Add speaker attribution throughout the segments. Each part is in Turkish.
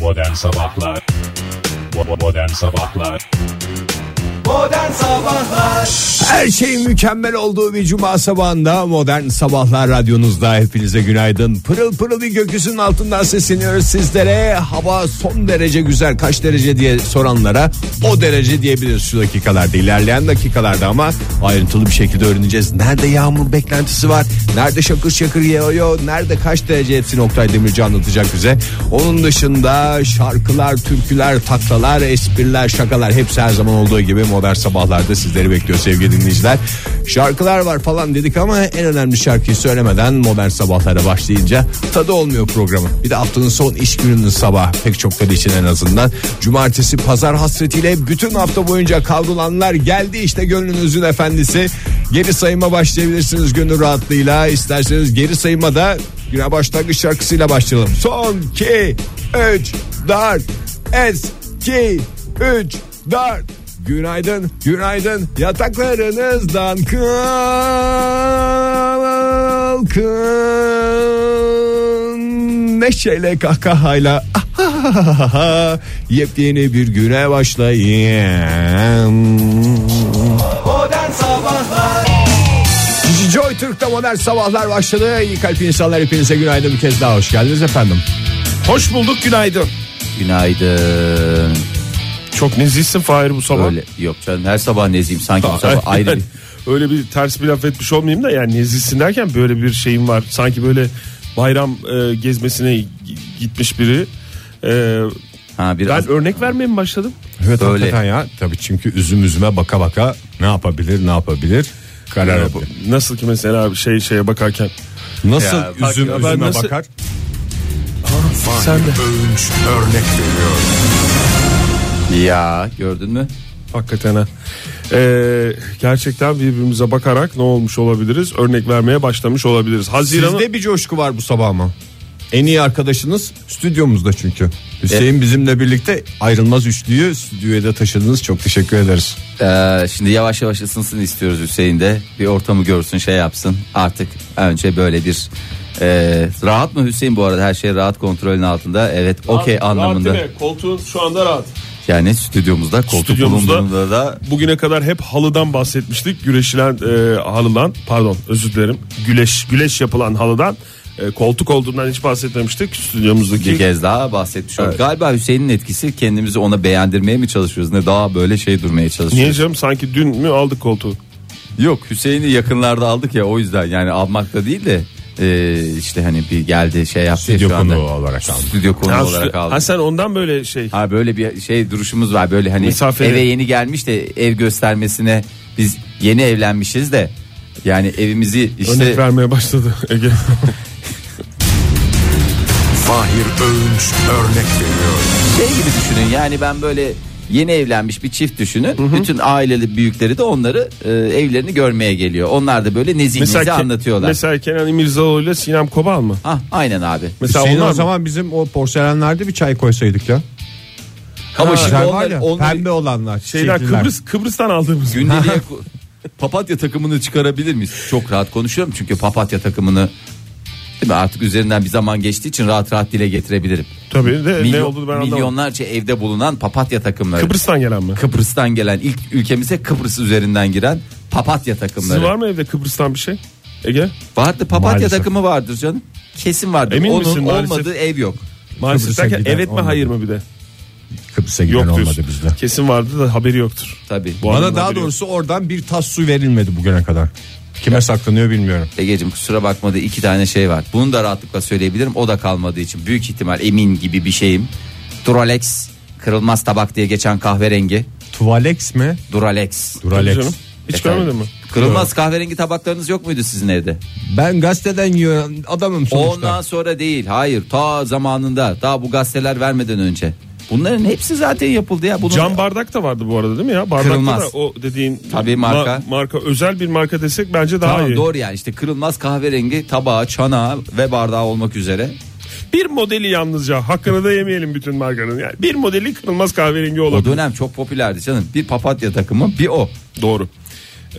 Speaker 1: Modern Sabahlar Bo- Modern Sabahlar
Speaker 2: Modern Sabahlar
Speaker 3: Her şeyin mükemmel olduğu bir cuma sabahında modern sabahlar radyonuzda hepinize günaydın. Pırıl pırıl bir gökyüzünün altından sesleniyoruz sizlere. Hava son derece güzel kaç derece diye soranlara o derece diyebiliriz şu dakikalarda. ilerleyen dakikalarda ama ayrıntılı bir şekilde öğreneceğiz. Nerede yağmur beklentisi var? Nerede şakır şakır yağıyor? Nerede kaç derece hepsini Oktay Demirci anlatacak bize. Onun dışında şarkılar, türküler, taklalar, espriler, şakalar hepsi her zaman olduğu gibi modern sabahlarda sizleri bekliyor sevgili dinleyiciler. Şarkılar var falan dedik ama en önemli şarkıyı söylemeden modern sabahlara başlayınca tadı olmuyor programı. Bir de haftanın son iş gününün sabah pek çokları için en azından. Cumartesi pazar hasretiyle bütün hafta boyunca kavrulanlar geldi işte gönlünüzün efendisi. Geri sayıma başlayabilirsiniz gönül rahatlığıyla. İsterseniz geri sayıma da güne başlangıç şarkısıyla başlayalım. Son 2, 3, 4, eski 3, 4. Günaydın, günaydın. Yataklarınızdan kalkın. Neşeyle kahkahayla yepyeni bir güne başlayın.
Speaker 2: Modern Sabahlar
Speaker 3: Cici Joy Türk'te modern sabahlar başladı. İyi kalp insanlar hepinize günaydın bir kez daha hoş geldiniz efendim.
Speaker 4: Hoş bulduk günaydın.
Speaker 5: Günaydın.
Speaker 4: Çok nezihsin Fahir bu sabah.
Speaker 5: Öyle yok canım her sabah neziyim sanki bu sabah ayrı bir
Speaker 4: Öyle bir ters bir laf etmiş olmayayım da yani nezihsin derken böyle bir şeyim var. Sanki böyle bayram e, gezmesine g- gitmiş biri. E,
Speaker 5: ha biraz
Speaker 4: ben örnek vermeye mi başladım?
Speaker 3: Evet
Speaker 5: Öyle.
Speaker 3: hakikaten ya. Tabii çünkü üzüm üzüme baka baka ne yapabilir ne yapabilir karar alır.
Speaker 4: Nasıl ki mesela abi şey şeye bakarken.
Speaker 3: Nasıl
Speaker 5: Ya bak
Speaker 3: üzüm
Speaker 4: ya ben
Speaker 3: üzüme
Speaker 4: nasıl-
Speaker 3: bakar?
Speaker 4: Sen de.
Speaker 5: ya gördün mü?
Speaker 4: Hakikaten ha. E, gerçekten birbirimize bakarak ne olmuş olabiliriz? Örnek vermeye başlamış olabiliriz. Haziran'ın
Speaker 3: Sizde bir coşku var bu sabah ama. En iyi arkadaşınız stüdyomuzda çünkü. Hüseyin bizimle birlikte ayrılmaz üçlüyü stüdyoya da taşıdınız. Çok teşekkür ederiz.
Speaker 5: Ee, şimdi yavaş yavaş ısınsın istiyoruz Hüseyin de bir ortamı görsün şey yapsın artık önce böyle bir e, rahat mı Hüseyin bu arada her şey rahat kontrolün altında evet okey anlamında
Speaker 4: Koltuğun şu anda rahat.
Speaker 5: yani stüdyomuzda koltuk
Speaker 4: Stüdyomuzda-
Speaker 5: bulunduğunda da
Speaker 4: Bugüne kadar hep halıdan bahsetmiştik. Güreşilen e, halıdan pardon özür dilerim. Güleş güleş yapılan halıdan e, koltuk olduğundan hiç bahsetmemiştik.
Speaker 5: bir
Speaker 4: Stüdyomuzdaki
Speaker 5: kez daha bahsetmiş olduk. Galiba Hüseyin'in etkisi kendimizi ona beğendirmeye mi çalışıyoruz ne daha böyle şey durmaya çalışıyoruz.
Speaker 4: Niye canım sanki dün mü aldık koltuğu?
Speaker 5: Yok Hüseyin'i yakınlarda aldık ya o yüzden yani almak da değil de e, işte hani bir geldi şey yaptı ya
Speaker 3: Stüdyo
Speaker 5: şu anda.
Speaker 3: konuğu olarak aldık.
Speaker 5: Stüdyo konuğu
Speaker 4: Ha,
Speaker 5: olarak
Speaker 4: stü-
Speaker 5: aldık.
Speaker 4: ha sen ondan böyle şey.
Speaker 5: Ha böyle bir şey duruşumuz var böyle hani
Speaker 4: Mesafeli.
Speaker 5: eve yeni gelmiş de ev göstermesine biz yeni evlenmişiz de yani evimizi
Speaker 4: Örnek
Speaker 5: işte
Speaker 4: vermeye başladı Ege.
Speaker 5: şey gibi düşünün yani ben böyle yeni evlenmiş bir çift düşünün. Bütün aileli büyükleri de onları e, evlerini görmeye geliyor. Onlar da böyle nezih nezih
Speaker 4: Ke-
Speaker 5: anlatıyorlar.
Speaker 4: Mesela Kenan İmirzalıoğlu ile Sinem Kobal mı?
Speaker 5: Hah, aynen abi.
Speaker 4: Mesela
Speaker 3: Hüseyin
Speaker 4: onlar
Speaker 3: o
Speaker 4: mı?
Speaker 3: zaman bizim o porselenlerde bir çay koysaydık ya.
Speaker 5: Ama şimdi
Speaker 3: Güzel var
Speaker 5: onlar-
Speaker 3: ya,
Speaker 5: onları-
Speaker 3: pembe olanlar.
Speaker 4: şeyden
Speaker 3: çiçekliler.
Speaker 4: Kıbrıs Kıbrıs'tan aldığımız.
Speaker 5: Gündeliğe ku- papatya takımını çıkarabilir miyiz? Çok rahat konuşuyorum çünkü papatya takımını değil mi? artık üzerinden bir zaman geçtiği için rahat rahat dile getirebilirim.
Speaker 4: Tabii de ne
Speaker 5: Milyon-
Speaker 4: oldu ben anlamadım.
Speaker 5: milyonlarca evde bulunan papatya takımları.
Speaker 4: Kıbrıs'tan gelen mi?
Speaker 5: Kıbrıs'tan gelen ilk ülkemize Kıbrıs üzerinden giren papatya takımları.
Speaker 4: Sizin var mı evde Kıbrıs'tan bir şey? Ege?
Speaker 5: Vardı papatya
Speaker 4: Maalesef.
Speaker 5: takımı vardır canım. Kesin vardır.
Speaker 4: Emin
Speaker 5: Onun
Speaker 4: misin? Maalesef.
Speaker 5: olmadığı ev yok.
Speaker 4: Maalesef
Speaker 3: Kıbrıs'a
Speaker 4: derken
Speaker 3: giden
Speaker 4: evet mi
Speaker 3: olmadı.
Speaker 4: hayır mı bir de?
Speaker 3: Kıbrıs'a giden
Speaker 4: Yok
Speaker 3: olmadı
Speaker 4: diyorsun.
Speaker 3: bizde.
Speaker 4: Kesin vardı da haberi yoktur.
Speaker 5: Tabii.
Speaker 4: Bu
Speaker 3: Bana
Speaker 4: adamın
Speaker 3: daha
Speaker 4: haberi yok.
Speaker 3: doğrusu oradan bir tas su verilmedi bugüne kadar. Kime saklanıyor bilmiyorum.
Speaker 5: Egeciğim kusura bakma da iki tane şey var. Bunu da rahatlıkla söyleyebilirim. O da kalmadığı için büyük ihtimal emin gibi bir şeyim. Duralex kırılmaz tabak diye geçen kahverengi.
Speaker 3: Tuvalex mi?
Speaker 5: Duralex.
Speaker 3: Duralex.
Speaker 4: Canım, Hiç
Speaker 5: Efendim?
Speaker 4: görmedin mi?
Speaker 5: Kırılmaz kahverengi tabaklarınız yok muydu sizin evde?
Speaker 3: Ben gazeteden yiyen adamım sonuçta.
Speaker 5: Ondan sonra değil. Hayır, ta zamanında, daha bu gazeteler vermeden önce. Bunların hepsi zaten yapıldı ya. Bunun
Speaker 4: Cam bardak da vardı bu arada değil mi ya? Bardakta
Speaker 5: Kırılmaz.
Speaker 4: da o dediğin
Speaker 5: Tabii marka.
Speaker 4: marka özel bir marka desek bence daha
Speaker 5: Tamam,
Speaker 4: iyi.
Speaker 5: doğru yani işte kırılmaz kahverengi tabağı, çanağı ve bardağı olmak üzere.
Speaker 4: Bir modeli yalnızca hakkını da yemeyelim bütün markanın. Yani bir modeli kırılmaz kahverengi
Speaker 5: O
Speaker 4: olabilir.
Speaker 5: dönem çok popülerdi canım. Bir papatya takımı, bir o.
Speaker 4: Doğru. Ee,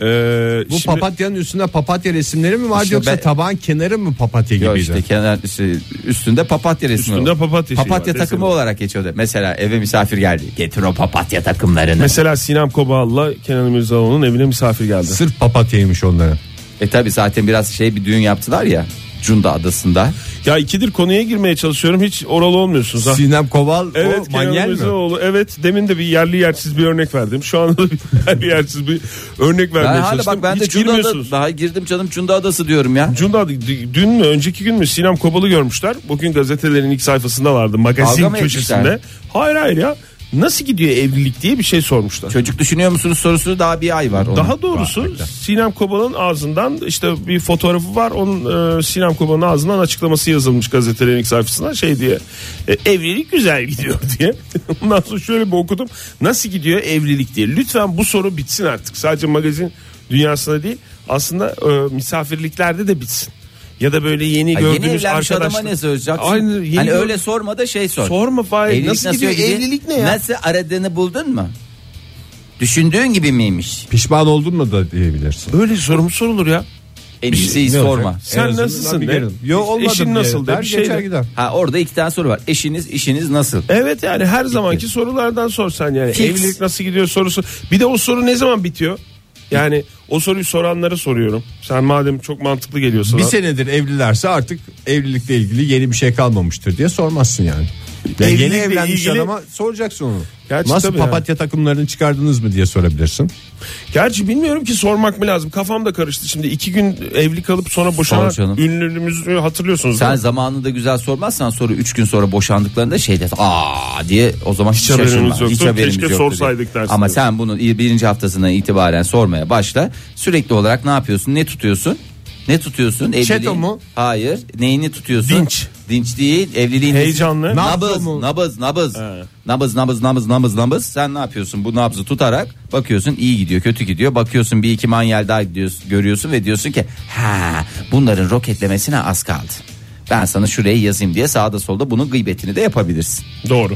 Speaker 6: Bu
Speaker 4: şimdi-
Speaker 6: papatyanın üstünde papatya resimleri mi var
Speaker 5: İşte
Speaker 6: yoksa
Speaker 5: ben-
Speaker 6: tabağın kenarı mı papatya
Speaker 5: Yok
Speaker 6: gibiydi?
Speaker 5: işte kenar şey, üstünde papatya resmi.
Speaker 4: Üstünde
Speaker 5: var.
Speaker 4: papatya şeyi
Speaker 5: Papatya
Speaker 4: var,
Speaker 5: takımı
Speaker 4: resmi.
Speaker 5: olarak geçiyordu. Mesela eve misafir geldi. Getir o papatya takımlarını.
Speaker 4: Mesela Sinem Kobal'la Kenan İmirzalıoğlu'nun evine misafir geldi.
Speaker 6: Sırf papatyaymış onların.
Speaker 5: E tabi zaten biraz şey bir düğün yaptılar ya. Cunda adasında.
Speaker 4: Ya ikidir konuya girmeye çalışıyorum hiç oralı olmuyorsunuz ha.
Speaker 6: Sinem Koval
Speaker 4: Evet
Speaker 6: o
Speaker 4: Kenan
Speaker 6: manyel mi?
Speaker 4: İmirzalıoğlu evet demin de bir yerli yersiz bir örnek verdim. Şu anda da bir yerli yersiz bir örnek vermeye
Speaker 5: Ben hala
Speaker 4: çalıştım.
Speaker 5: bak ben de
Speaker 4: hiç
Speaker 5: Cunda
Speaker 4: girmiyorsunuz.
Speaker 5: adası daha girdim canım Cunda adası diyorum ya.
Speaker 4: Cunda d- dün mü önceki gün mü Sinem Kobal'ı görmüşler. Bugün gazetelerin ilk sayfasında vardı magazin
Speaker 5: Dalga mı
Speaker 4: köşesinde.
Speaker 5: etmişler?
Speaker 4: Hayır hayır ya nasıl gidiyor evlilik diye bir şey sormuşlar.
Speaker 5: Çocuk düşünüyor musunuz sorusu daha bir ay var. onun.
Speaker 4: Daha doğrusu Sinem Kobal'ın ağzından işte bir fotoğrafı var. Onun e, Sinem Kobal'ın ağzından açıklaması yazılmış gazetelerin ilk sayfasına şey diye. e, evlilik güzel gidiyor diye. Ondan sonra şöyle bir okudum. Nasıl gidiyor evlilik diye. Lütfen bu soru bitsin artık. Sadece magazin dünyasında değil. Aslında e, misafirliklerde de bitsin. Ya da böyle yeni
Speaker 5: Ha, yeni
Speaker 4: gördüğünüz
Speaker 5: evlenmiş adama
Speaker 4: arkadaşlar.
Speaker 5: ne soracaksın?
Speaker 4: Aynı, yeni
Speaker 5: hani
Speaker 4: gör-
Speaker 5: öyle sorma da şey sor.
Speaker 4: Sorma Fahir.
Speaker 5: Evlilik
Speaker 4: Nasıl, gidiyor? Evlilik ne ya?
Speaker 5: Nasıl aradığını buldun mu? Düşündüğün gibi miymiş?
Speaker 6: Pişman oldun mu da diyebilirsin.
Speaker 4: Böyle soru mu sorulur ya?
Speaker 5: En
Speaker 4: şey-
Speaker 5: iyisi hiç
Speaker 6: Ne olacak?
Speaker 5: sorma.
Speaker 4: Sen
Speaker 6: En azından
Speaker 4: nasılsın
Speaker 6: bir
Speaker 4: de?
Speaker 6: gelin. Yo olmadım
Speaker 4: Eşin
Speaker 6: diye
Speaker 4: nasıl de?
Speaker 6: der,
Speaker 4: Bir şey
Speaker 6: geçer
Speaker 4: de.
Speaker 6: gider.
Speaker 5: Ha orada iki tane soru var. Eşiniz, işiniz nasıl?
Speaker 4: Evet yani her zamanki sorulardan sorsan yani
Speaker 5: Fix.
Speaker 4: evlilik nasıl gidiyor sorusu. Bir de o soru ne zaman bitiyor? Yani o soruyu soranlara soruyorum. Sen madem çok mantıklı geliyorsun.
Speaker 6: Bir senedir evlilerse artık evlilikle ilgili yeni bir şey kalmamıştır diye sormazsın yani. Ya yeni
Speaker 4: Evlilikle
Speaker 6: evlenmiş
Speaker 4: ilgili-
Speaker 6: adama soracaksın onu.
Speaker 4: Gerçi
Speaker 6: Nasıl
Speaker 4: tabii yani.
Speaker 6: papatya takımlarını çıkardınız mı diye sorabilirsin.
Speaker 4: Gerçi bilmiyorum ki sormak mı lazım. Kafam da karıştı şimdi. iki gün evli kalıp sonra
Speaker 5: Sor canım.
Speaker 4: boşanan ünlümüzü hatırlıyorsunuz.
Speaker 5: Sen
Speaker 4: değil mi?
Speaker 5: zamanında güzel sormazsan soru 3 gün sonra boşandıklarında şey dersin. Aa diye o zaman hiç,
Speaker 4: haberimiz
Speaker 5: şaşırma.
Speaker 4: yoktu,
Speaker 5: Hiç haberimiz
Speaker 4: keşke
Speaker 5: yoktu
Speaker 4: sorsaydık
Speaker 5: diye.
Speaker 4: dersin
Speaker 5: Ama
Speaker 4: diyorsun.
Speaker 5: sen bunu il- birinci haftasından itibaren sormaya başla. Sürekli olarak ne yapıyorsun? Ne tutuyorsun? Ne tutuyorsun? Evliliğin-
Speaker 6: Çeto mu?
Speaker 5: Hayır. Neyini tutuyorsun?
Speaker 4: Dinç.
Speaker 5: Dinç değil. Evliliğin
Speaker 4: Heyecanlı.
Speaker 5: Nabız,
Speaker 6: Nabzo mu?
Speaker 5: nabız, nabız. Nabız, nabız, nabız, nabız, nabız. Sen ne yapıyorsun? Bu nabzı tutarak bakıyorsun iyi gidiyor, kötü gidiyor. Bakıyorsun bir iki manyel daha gidiyorsun, görüyorsun ve diyorsun ki ha bunların roketlemesine az kaldı. Ben sana şuraya yazayım diye sağda solda bunun gıybetini de yapabilirsin.
Speaker 4: Doğru.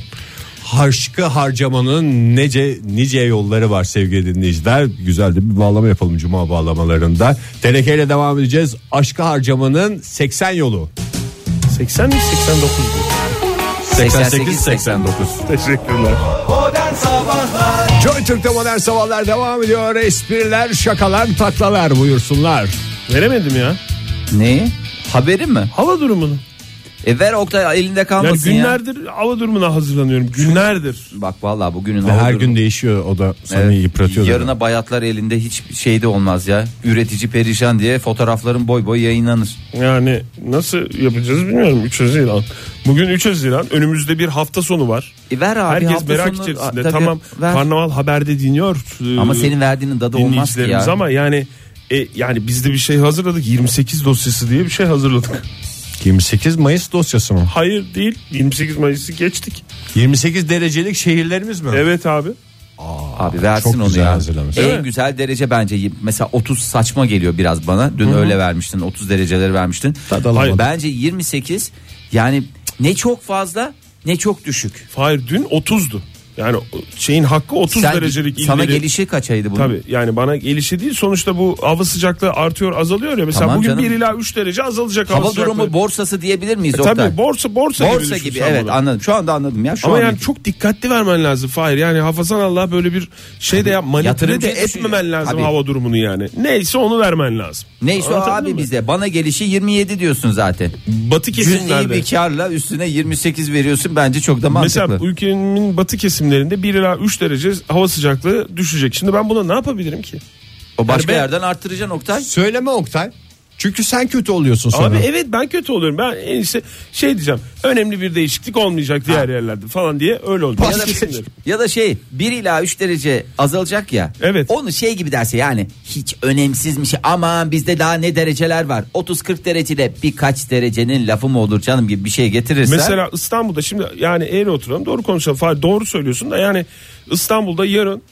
Speaker 6: Harçkı harcamanın nece nice yolları var sevgili dinleyiciler. Güzel de bir bağlama yapalım cuma bağlamalarında. Tenekeyle devam edeceğiz. Aşkı harcamanın 80 yolu.
Speaker 4: 80 mi 89 mu?
Speaker 5: 88-89.
Speaker 4: Teşekkürler.
Speaker 2: Modern Sabahlar
Speaker 6: Joy Türk'te modern sabahlar devam ediyor. Espriler, şakalar, taklalar buyursunlar.
Speaker 4: Veremedim ya.
Speaker 5: Neyi? Haberin mi?
Speaker 4: Hava durumunu.
Speaker 5: E ver Oktay elinde
Speaker 4: Ya
Speaker 5: kalmasın ya.
Speaker 4: günlerdir hava durumuna hazırlanıyorum. Günlerdir.
Speaker 5: Bak vallahi bugünün
Speaker 6: Ve
Speaker 5: hava
Speaker 6: her
Speaker 5: durumu-
Speaker 6: gün değişiyor o da seni
Speaker 5: Evet,
Speaker 6: yıpratıyor. da.
Speaker 5: Yarına bayatlar elinde hiç şey de olmaz ya. Üretici perişan diye fotoğrafların boy boy yayınlanır.
Speaker 4: Yani nasıl yapacağız bilmiyorum 3 Haziran. Bugün 3 Haziran önümüzde bir hafta sonu var.
Speaker 5: E ver abi.
Speaker 4: Herkes
Speaker 5: hafta
Speaker 4: merak
Speaker 5: sonu-
Speaker 4: içerisinde.
Speaker 5: A, tabii,
Speaker 4: tamam
Speaker 5: ver.
Speaker 4: karnaval haberde dinliyor. e,
Speaker 5: Ama senin verdiğinin dadı olmaz ki
Speaker 4: dinleyicilerimiz
Speaker 5: ya.
Speaker 4: ama yani e, yani biz de bir şey hazırladık. 28 dosyası diye bir şey hazırladık.
Speaker 6: 28 Mayıs dosyası mı?
Speaker 4: Hayır değil. 28 Mayıs'ı geçtik.
Speaker 6: 28 derecelik şehirlerimiz mi?
Speaker 4: Evet abi.
Speaker 5: Abi versin
Speaker 6: Çok
Speaker 5: onu
Speaker 6: güzel
Speaker 5: ya.
Speaker 6: hazırlamış.
Speaker 5: En
Speaker 4: Değil mi?
Speaker 5: güzel derece bence mesela 30 saçma geliyor biraz bana. Dün öyle vermiştin 30 dereceleri vermiştin.
Speaker 6: Tadı alamadım.
Speaker 5: Hayır, Bence 28 yani ne çok fazla ne çok düşük.
Speaker 4: Hayır dün 30'du. Yani şeyin hakkı 30
Speaker 5: Sen-
Speaker 4: derecelik
Speaker 5: sana
Speaker 4: illeri-
Speaker 5: gelişi kaçaydı bunun?
Speaker 4: Tabii yani bana gelişi değil sonuçta bu hava sıcaklığı artıyor azalıyor ya mesela
Speaker 5: Tamam
Speaker 4: bugün
Speaker 5: canım.
Speaker 4: 1 ila 3 derece azalacak hava,
Speaker 5: Hava
Speaker 4: sıcaklığı.
Speaker 5: durumu borsası diyebilir miyiz
Speaker 4: E,
Speaker 5: Oktay?
Speaker 4: tabii borsa borsa,
Speaker 5: Borsa
Speaker 4: düşün
Speaker 5: gibi
Speaker 4: sen
Speaker 5: evet
Speaker 4: bunu.
Speaker 5: anladım. Şu anda anladım ya. Şu
Speaker 4: Ama
Speaker 5: anda-
Speaker 4: yani çok dikkatli vermen lazım Fahir. Yani hafazan Allah böyle bir şey de yap, manipüle
Speaker 5: yatırımcı
Speaker 4: de
Speaker 5: düşünüyor.
Speaker 4: etmemen lazım
Speaker 5: Tabii.
Speaker 4: hava durumunu yani. Neyse onu vermen lazım.
Speaker 5: Neyse o
Speaker 4: Anlatabildim
Speaker 5: abi
Speaker 4: mi?
Speaker 5: bize bana gelişi 27 diyorsun zaten.
Speaker 4: Batı
Speaker 5: Cüz'i
Speaker 4: kesimlerde.
Speaker 5: bir karla üstüne 28 veriyorsun bence çok da mantıklı.
Speaker 4: Mesela ülkenin batı kesimlerinde 1 ila 3 derece hava sıcaklığı düşecek. Şimdi ben buna ne yapabilirim ki?
Speaker 5: o başka
Speaker 4: ben-
Speaker 5: yerden arttıracaksın Oktay.
Speaker 6: Söyleme Oktay. Çünkü sen kötü oluyorsun sonra.
Speaker 4: Abi evet ben kötü oluyorum. Ben en iyisi şey diyeceğim. Önemli bir değişiklik olmayacak diğer yerlerde falan diye öyle oldu.
Speaker 5: Ya da, ya da şey 1 ila 3 derece azalacak ya.
Speaker 4: Evet.
Speaker 5: Onu şey gibi derse yani hiç önemsizmiş aman bizde daha ne dereceler var. 30-40 derecede birkaç derecenin lafı mı olur canım gibi bir şey getirirsen.
Speaker 4: Mesela İstanbul'da şimdi yani eğri oturalım doğru konuşalım. Fahir, doğru söylüyorsun da yani İstanbul'da yarın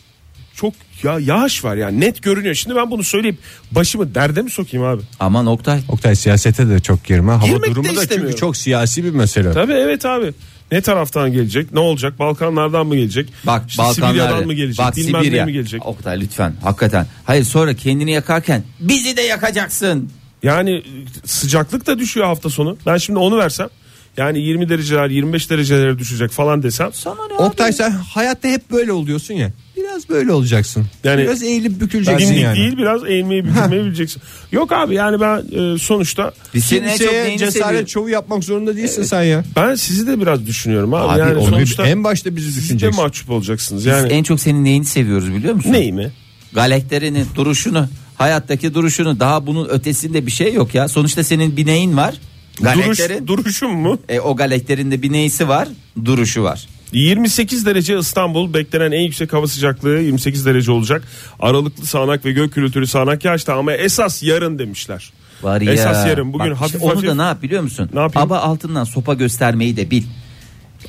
Speaker 4: çok ya yağış var yani net görünüyor. Şimdi ben bunu söyleyip başımı derde mi sokayım abi?
Speaker 5: Aman Oktay
Speaker 6: Oktay siyasete de çok girme. Hava
Speaker 4: Girmek de
Speaker 6: durumu da çünkü
Speaker 4: istemiyorum.
Speaker 6: çok siyasi bir mesele.
Speaker 4: Tabii evet abi. Ne taraftan gelecek? Ne olacak? Balkanlardan mı gelecek?
Speaker 5: Bak
Speaker 4: İşte
Speaker 5: Balkanlar
Speaker 4: Sibirya'dan mı gelecek?
Speaker 5: Bak
Speaker 4: Bilmem
Speaker 5: Sibirya.
Speaker 4: ne mi gelecek?
Speaker 5: Oktay lütfen hakikaten. Hayır sonra kendini yakarken bizi de yakacaksın.
Speaker 4: Yani e, sıcaklık da düşüyor hafta sonu. Ben şimdi onu versem yani 20 dereceler 25 derecelere düşecek falan desem.
Speaker 6: Oktay sen hayatta hep böyle oluyorsun ya. Biraz böyle olacaksın.
Speaker 4: Yani-
Speaker 6: biraz eğilip
Speaker 4: Binlik
Speaker 6: büküleceksin yani.
Speaker 4: değil biraz eğmeyi bükülmeyi bileceksin. Yok abi yani ben e, sonuçta
Speaker 5: Biz senin en çok
Speaker 6: Kimseye
Speaker 5: neyini
Speaker 6: cesaret
Speaker 5: seviyoruz?
Speaker 6: çoğu yapmak zorunda değilsin sen ya.
Speaker 4: ben sizi de biraz düşünüyorum abi.
Speaker 6: Abi
Speaker 4: yani
Speaker 6: onu
Speaker 4: sonuçta
Speaker 6: en başta bizi
Speaker 4: siz de
Speaker 6: düşüneceksin.
Speaker 4: mahcup olacaksınız. Yani
Speaker 5: Biz en çok senin neyini seviyoruz biliyor musun?
Speaker 4: neyi mi?
Speaker 5: Galeklerini, duruşunu, hayattaki duruşunu. Daha bunun ötesinde bir şey yok ya. Sonuçta senin bir neyin var?
Speaker 4: Duruş,
Speaker 5: Galeklerin.
Speaker 4: duruşum mu?
Speaker 5: E, o galeklerin de bir neyisi var? Duruşu var.
Speaker 4: 28 derece İstanbul beklenen en yüksek hava sıcaklığı 28 derece olacak. Aralıklı sağanak ve gök gürültülü sağanak yağışta ama esas yarın demişler.
Speaker 5: Var ya.
Speaker 4: Esas yarın bugün
Speaker 5: Bak,
Speaker 4: hafif
Speaker 5: işte onu
Speaker 4: hafif
Speaker 5: da ne yap biliyor musun?
Speaker 4: Ne yapayım?
Speaker 5: Aba altından sopa göstermeyi de bil.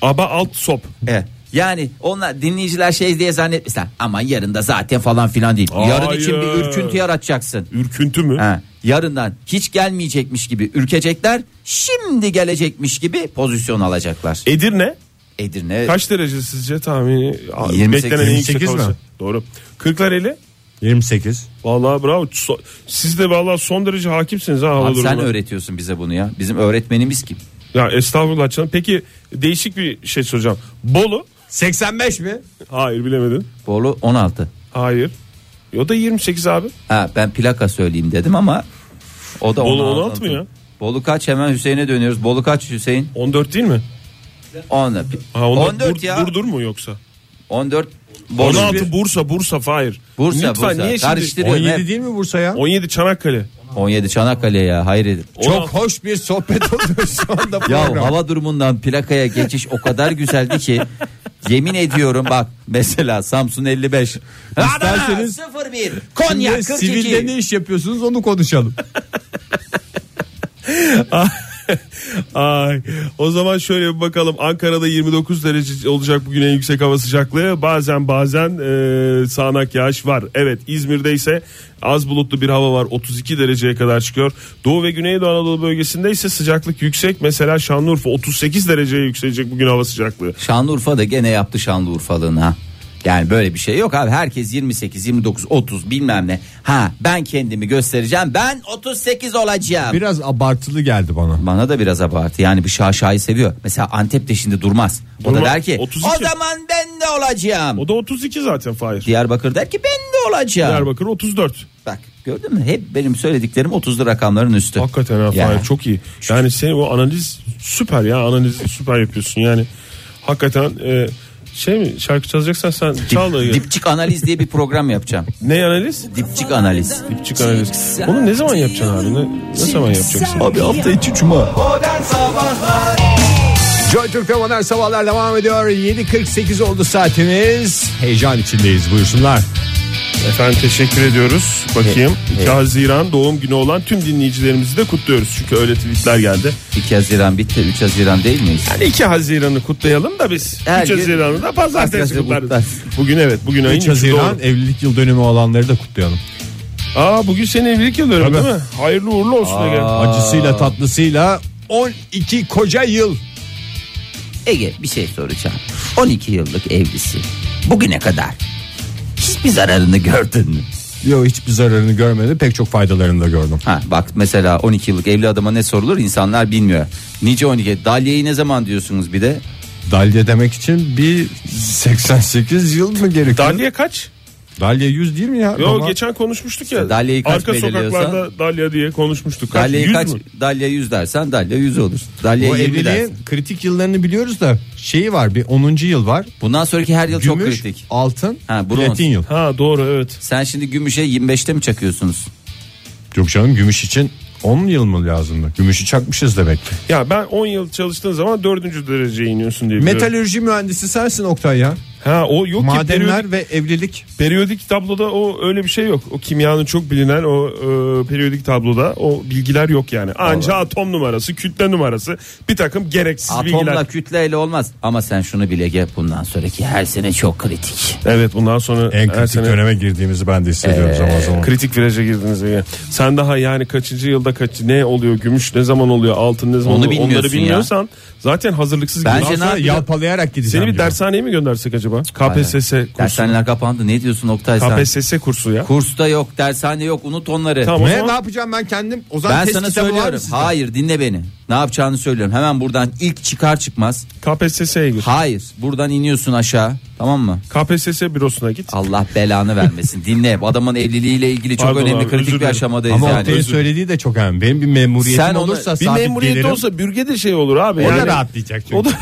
Speaker 4: aba alt sop.
Speaker 5: E, yani onlar dinleyiciler şey diye zannetmişler. Ama yarın da zaten falan filan değil. Yarın için bir
Speaker 4: Hayır.
Speaker 5: ürküntü yaratacaksın.
Speaker 4: Ürküntü mü?
Speaker 5: Ha, yarından hiç gelmeyecekmiş gibi ürkecekler. Şimdi gelecekmiş gibi pozisyon alacaklar.
Speaker 4: Edirne
Speaker 5: Edirne
Speaker 4: E, kaç derece sizce tahmini? Aa,
Speaker 5: 28,
Speaker 4: beklenen en yüksek
Speaker 6: 28
Speaker 4: hava
Speaker 6: mi?
Speaker 4: sıcaklığı. Doğru. Kırklareli
Speaker 6: 28.
Speaker 4: Vallahi bravo. So- Siz de vallahi son derece hakimsiniz ha hava
Speaker 5: Abi sen
Speaker 4: durumuna.
Speaker 5: öğretiyorsun bize bunu ya. Bizim öğretmenimiz kim?
Speaker 4: Ya estağfurullah canım. Peki değişik bir şey soracağım. Bolu
Speaker 6: 85 mi?
Speaker 4: Hayır bilemedin.
Speaker 5: Bolu 16.
Speaker 4: Hayır. E, O da 28 abi.
Speaker 5: Ha ben plaka söyleyeyim dedim ama o da
Speaker 4: Bolu
Speaker 5: 16.
Speaker 4: 16 mı ya?
Speaker 5: Bolu kaç hemen Hüseyin'e dönüyoruz. Bolu kaç Hüseyin?
Speaker 4: 14 değil mi?
Speaker 5: 10.
Speaker 4: Ha,
Speaker 5: 14,
Speaker 4: onlar Bur-
Speaker 5: ya.
Speaker 4: Burdur mu yoksa?
Speaker 5: 14. Bolu
Speaker 4: 16 Bursa Bursa hayır.
Speaker 5: Bursa,
Speaker 4: Lütfen
Speaker 5: Bursa.
Speaker 4: niye şimdi?
Speaker 5: Karıştırıyor.
Speaker 6: 17
Speaker 5: Hep.
Speaker 6: değil mi Bursa ya?
Speaker 4: 17 Çanakkale.
Speaker 5: 17 Çanakkale ya hayır.
Speaker 6: Çok hoş bir sohbet oldu şu anda.
Speaker 5: Ya
Speaker 6: program.
Speaker 5: hava durumundan plakaya geçiş o kadar güzeldi ki yemin ediyorum bak mesela Samsun 55.
Speaker 6: İsterseniz-
Speaker 5: Adana 01 Konya
Speaker 6: Şimdi
Speaker 5: 42.
Speaker 6: sivilde ne iş yapıyorsunuz onu konuşalım.
Speaker 4: Ay. O zaman şöyle bir bakalım. Ankara'da 29 derece olacak bugün en yüksek hava sıcaklığı. Bazen bazen e, sağanak yağış var. Evet İzmir'de ise az bulutlu bir hava var. 32 dereceye kadar çıkıyor. Doğu ve Güneydoğu Anadolu bölgesinde ise sıcaklık yüksek. Mesela Şanlıurfa 38 dereceye yükselecek bugün hava sıcaklığı.
Speaker 5: Şanlıurfa da gene yaptı Şanlıurfalığını ha. Yani böyle bir şey yok abi. Herkes 28, 29, 30 bilmem ne. Ha ben kendimi göstereceğim. Ben 38 olacağım.
Speaker 6: Biraz abartılı geldi bana.
Speaker 5: Bana da biraz abartı. Yani bir şaşayı seviyor. Mesela Antep'te şimdi durmaz. O da
Speaker 4: Durmaz.
Speaker 5: der ki
Speaker 4: 32.
Speaker 5: o zaman ben de olacağım.
Speaker 4: O da 32 zaten Fahir.
Speaker 5: Diyarbakır der ki ben de olacağım.
Speaker 4: Diyarbakır 34.
Speaker 5: Bak gördün mü? Hep benim söylediklerim 30'lu rakamların üstü.
Speaker 4: Hakikaten ha
Speaker 5: Yani.
Speaker 4: Fahir, çok iyi. Yani senin o analiz süper ya analizi süper yapıyorsun yani. Hakikaten e, şey mi şarkı çalacaksan sen çal da.
Speaker 5: Dipçik analiz diye bir program yapacağım.
Speaker 4: Ne analiz?
Speaker 5: Dipçik analiz.
Speaker 4: Dipçik analiz. Onu ne zaman yapacaksın abi? Ne, ne zaman yapacaksın?
Speaker 6: Abi hafta içi cuma.
Speaker 2: Modern Sabahlar
Speaker 6: Joy Türk'te modern sabahlar devam ediyor. 7.48 oldu saatimiz. Heyecan içindeyiz buyursunlar.
Speaker 4: Efendim teşekkür ediyoruz. Bakayım 2 Haziran doğum günü olan tüm dinleyicilerimizi de kutluyoruz. Çünkü öyle tweetler geldi.
Speaker 5: 2 Haziran bitti 3 Haziran değil miyiz?
Speaker 4: Yani 2 Haziran'ı kutlayalım da biz
Speaker 5: Her
Speaker 4: 3
Speaker 5: gün-
Speaker 4: Haziran'ı da pazartesi
Speaker 5: Pazartesi
Speaker 4: kutlarız.
Speaker 5: kutlarız.
Speaker 4: Bugün evet bugün ayın
Speaker 6: 3
Speaker 4: üçü
Speaker 6: Haziran
Speaker 4: doğru.
Speaker 6: evlilik yıl dönümü olanları da kutlayalım.
Speaker 4: Aa bugün senin evlilik yılların değil mi? Hayırlı uğurlu olsun Ege.
Speaker 6: Acısıyla tatlısıyla 12 koca yıl.
Speaker 5: Ege bir şey soracağım. 12 yıllık evlisi. Bugüne kadar hiçbir zararını gördün mü?
Speaker 6: Yok hiçbir zararını görmedi pek çok faydalarını da gördüm.
Speaker 5: Ha bak mesela 12 yıllık evli adama ne sorulur insanlar bilmiyor. Nice 12 dalyeyi ne zaman diyorsunuz bir de?
Speaker 6: Dalya demek için bir 88 yıl mı gerekiyor?
Speaker 4: Daliye kaç?
Speaker 6: Dalya 100 değil mi ya?
Speaker 4: Yo
Speaker 6: Ama
Speaker 4: geçen konuşmuştuk ya.
Speaker 5: İşte Dalya'yı kaç
Speaker 4: Arka
Speaker 5: belirliyorsan-
Speaker 4: sokaklarda Dalya diye konuşmuştuk. Kaç?
Speaker 5: Dalya
Speaker 4: Yüz
Speaker 5: kaç?
Speaker 4: mü?
Speaker 5: Dalya 100 dersen Dalya 100 olur. Dalya
Speaker 6: Bu
Speaker 5: 20
Speaker 6: evliliğin
Speaker 5: dersen.
Speaker 6: kritik yıllarını biliyoruz da şeyi var bir 10. yıl var.
Speaker 5: Bundan sonraki her yıl çok
Speaker 6: Gümüş,
Speaker 5: kritik.
Speaker 6: altın,
Speaker 5: Ha, bronz.
Speaker 6: platin yıl.
Speaker 4: Ha doğru evet.
Speaker 5: Sen şimdi gümüşe 25'te mi çakıyorsunuz?
Speaker 6: Yok canım gümüş için 10 yıl mı lazımdı? Gümüşü çakmışız demek ki.
Speaker 4: Ya ben 10 yıl çalıştığın zaman 4. dereceye iniyorsun diye biliyorum.
Speaker 6: Metalürji mühendisi sensin Oktay ya.
Speaker 4: Ha o yok ki periyodik,
Speaker 3: Madenler ve evlilik.
Speaker 4: periyodik tabloda o öyle bir şey yok. O kimyanın çok bilinen o e, periyodik tabloda o bilgiler yok yani. Anca atom numarası, kütle numarası, bir takım gereksiz
Speaker 5: Atomla
Speaker 4: bilgiler.
Speaker 5: kütleyle olmaz. Ama sen şunu bile gel bundan sonraki her sene çok kritik.
Speaker 4: Evet bundan sonra
Speaker 3: En
Speaker 4: her
Speaker 3: kritik
Speaker 4: sene-
Speaker 3: döneme girdiğimizi ben de hissediyorum zaman zaman.
Speaker 4: Kritik viraja girdiniz Ege. Sen daha yani kaçıncı yılda kaç ne oluyor gümüş ne zaman oluyor altın ne zaman
Speaker 5: Onu
Speaker 4: oluyor onları
Speaker 5: bilmiyorsun ya.
Speaker 4: bilmiyorsan zaten hazırlıksız
Speaker 5: Bence
Speaker 4: gidiyorsun.
Speaker 5: ne
Speaker 3: Sonra
Speaker 5: yapacağım?
Speaker 3: yalpalayarak gideceğim.
Speaker 4: Seni bir
Speaker 3: diyor.
Speaker 4: dershaneye mi göndersek acaba? KPSS kursu.
Speaker 5: Dershaneler kapandı. Ne diyorsun Oktay sen?
Speaker 4: KPSS kursu ya.
Speaker 5: Kursta yok, dershane yok. Unut onları.
Speaker 4: Tamam.
Speaker 3: Ne,
Speaker 4: O zaman-
Speaker 3: ne yapacağım ben kendim? O zaman
Speaker 5: Ben
Speaker 3: test
Speaker 5: sana
Speaker 3: kitabı var mı
Speaker 5: söylüyorum.
Speaker 3: sizde?
Speaker 5: Hayır dinle beni. Ne yapacağını söylüyorum. Hemen buradan ilk çıkar çıkmaz.
Speaker 4: KPSS'ye gir.
Speaker 5: Hayır. Buradan iniyorsun aşağı. Tamam mı?
Speaker 4: KPSS bürosuna git.
Speaker 5: Allah belanı vermesin. dinle. Bu Adamın evliliğiyle ilgili çok
Speaker 4: Pardon
Speaker 5: önemli
Speaker 4: abi, özür
Speaker 5: kritik bir
Speaker 4: dilerim.
Speaker 5: aşamadayız
Speaker 3: Ama
Speaker 5: yani.
Speaker 3: Oktay'ın söylediği de çok önemli. Benim bir memuriyetim
Speaker 5: Sen ona-
Speaker 3: olursa
Speaker 4: Bir
Speaker 3: sabit
Speaker 4: memuriyet
Speaker 3: gelirim.
Speaker 4: olsa bürge de şey olur abi.
Speaker 3: o
Speaker 4: yani.
Speaker 3: da rahatlayacak çünkü.
Speaker 4: O da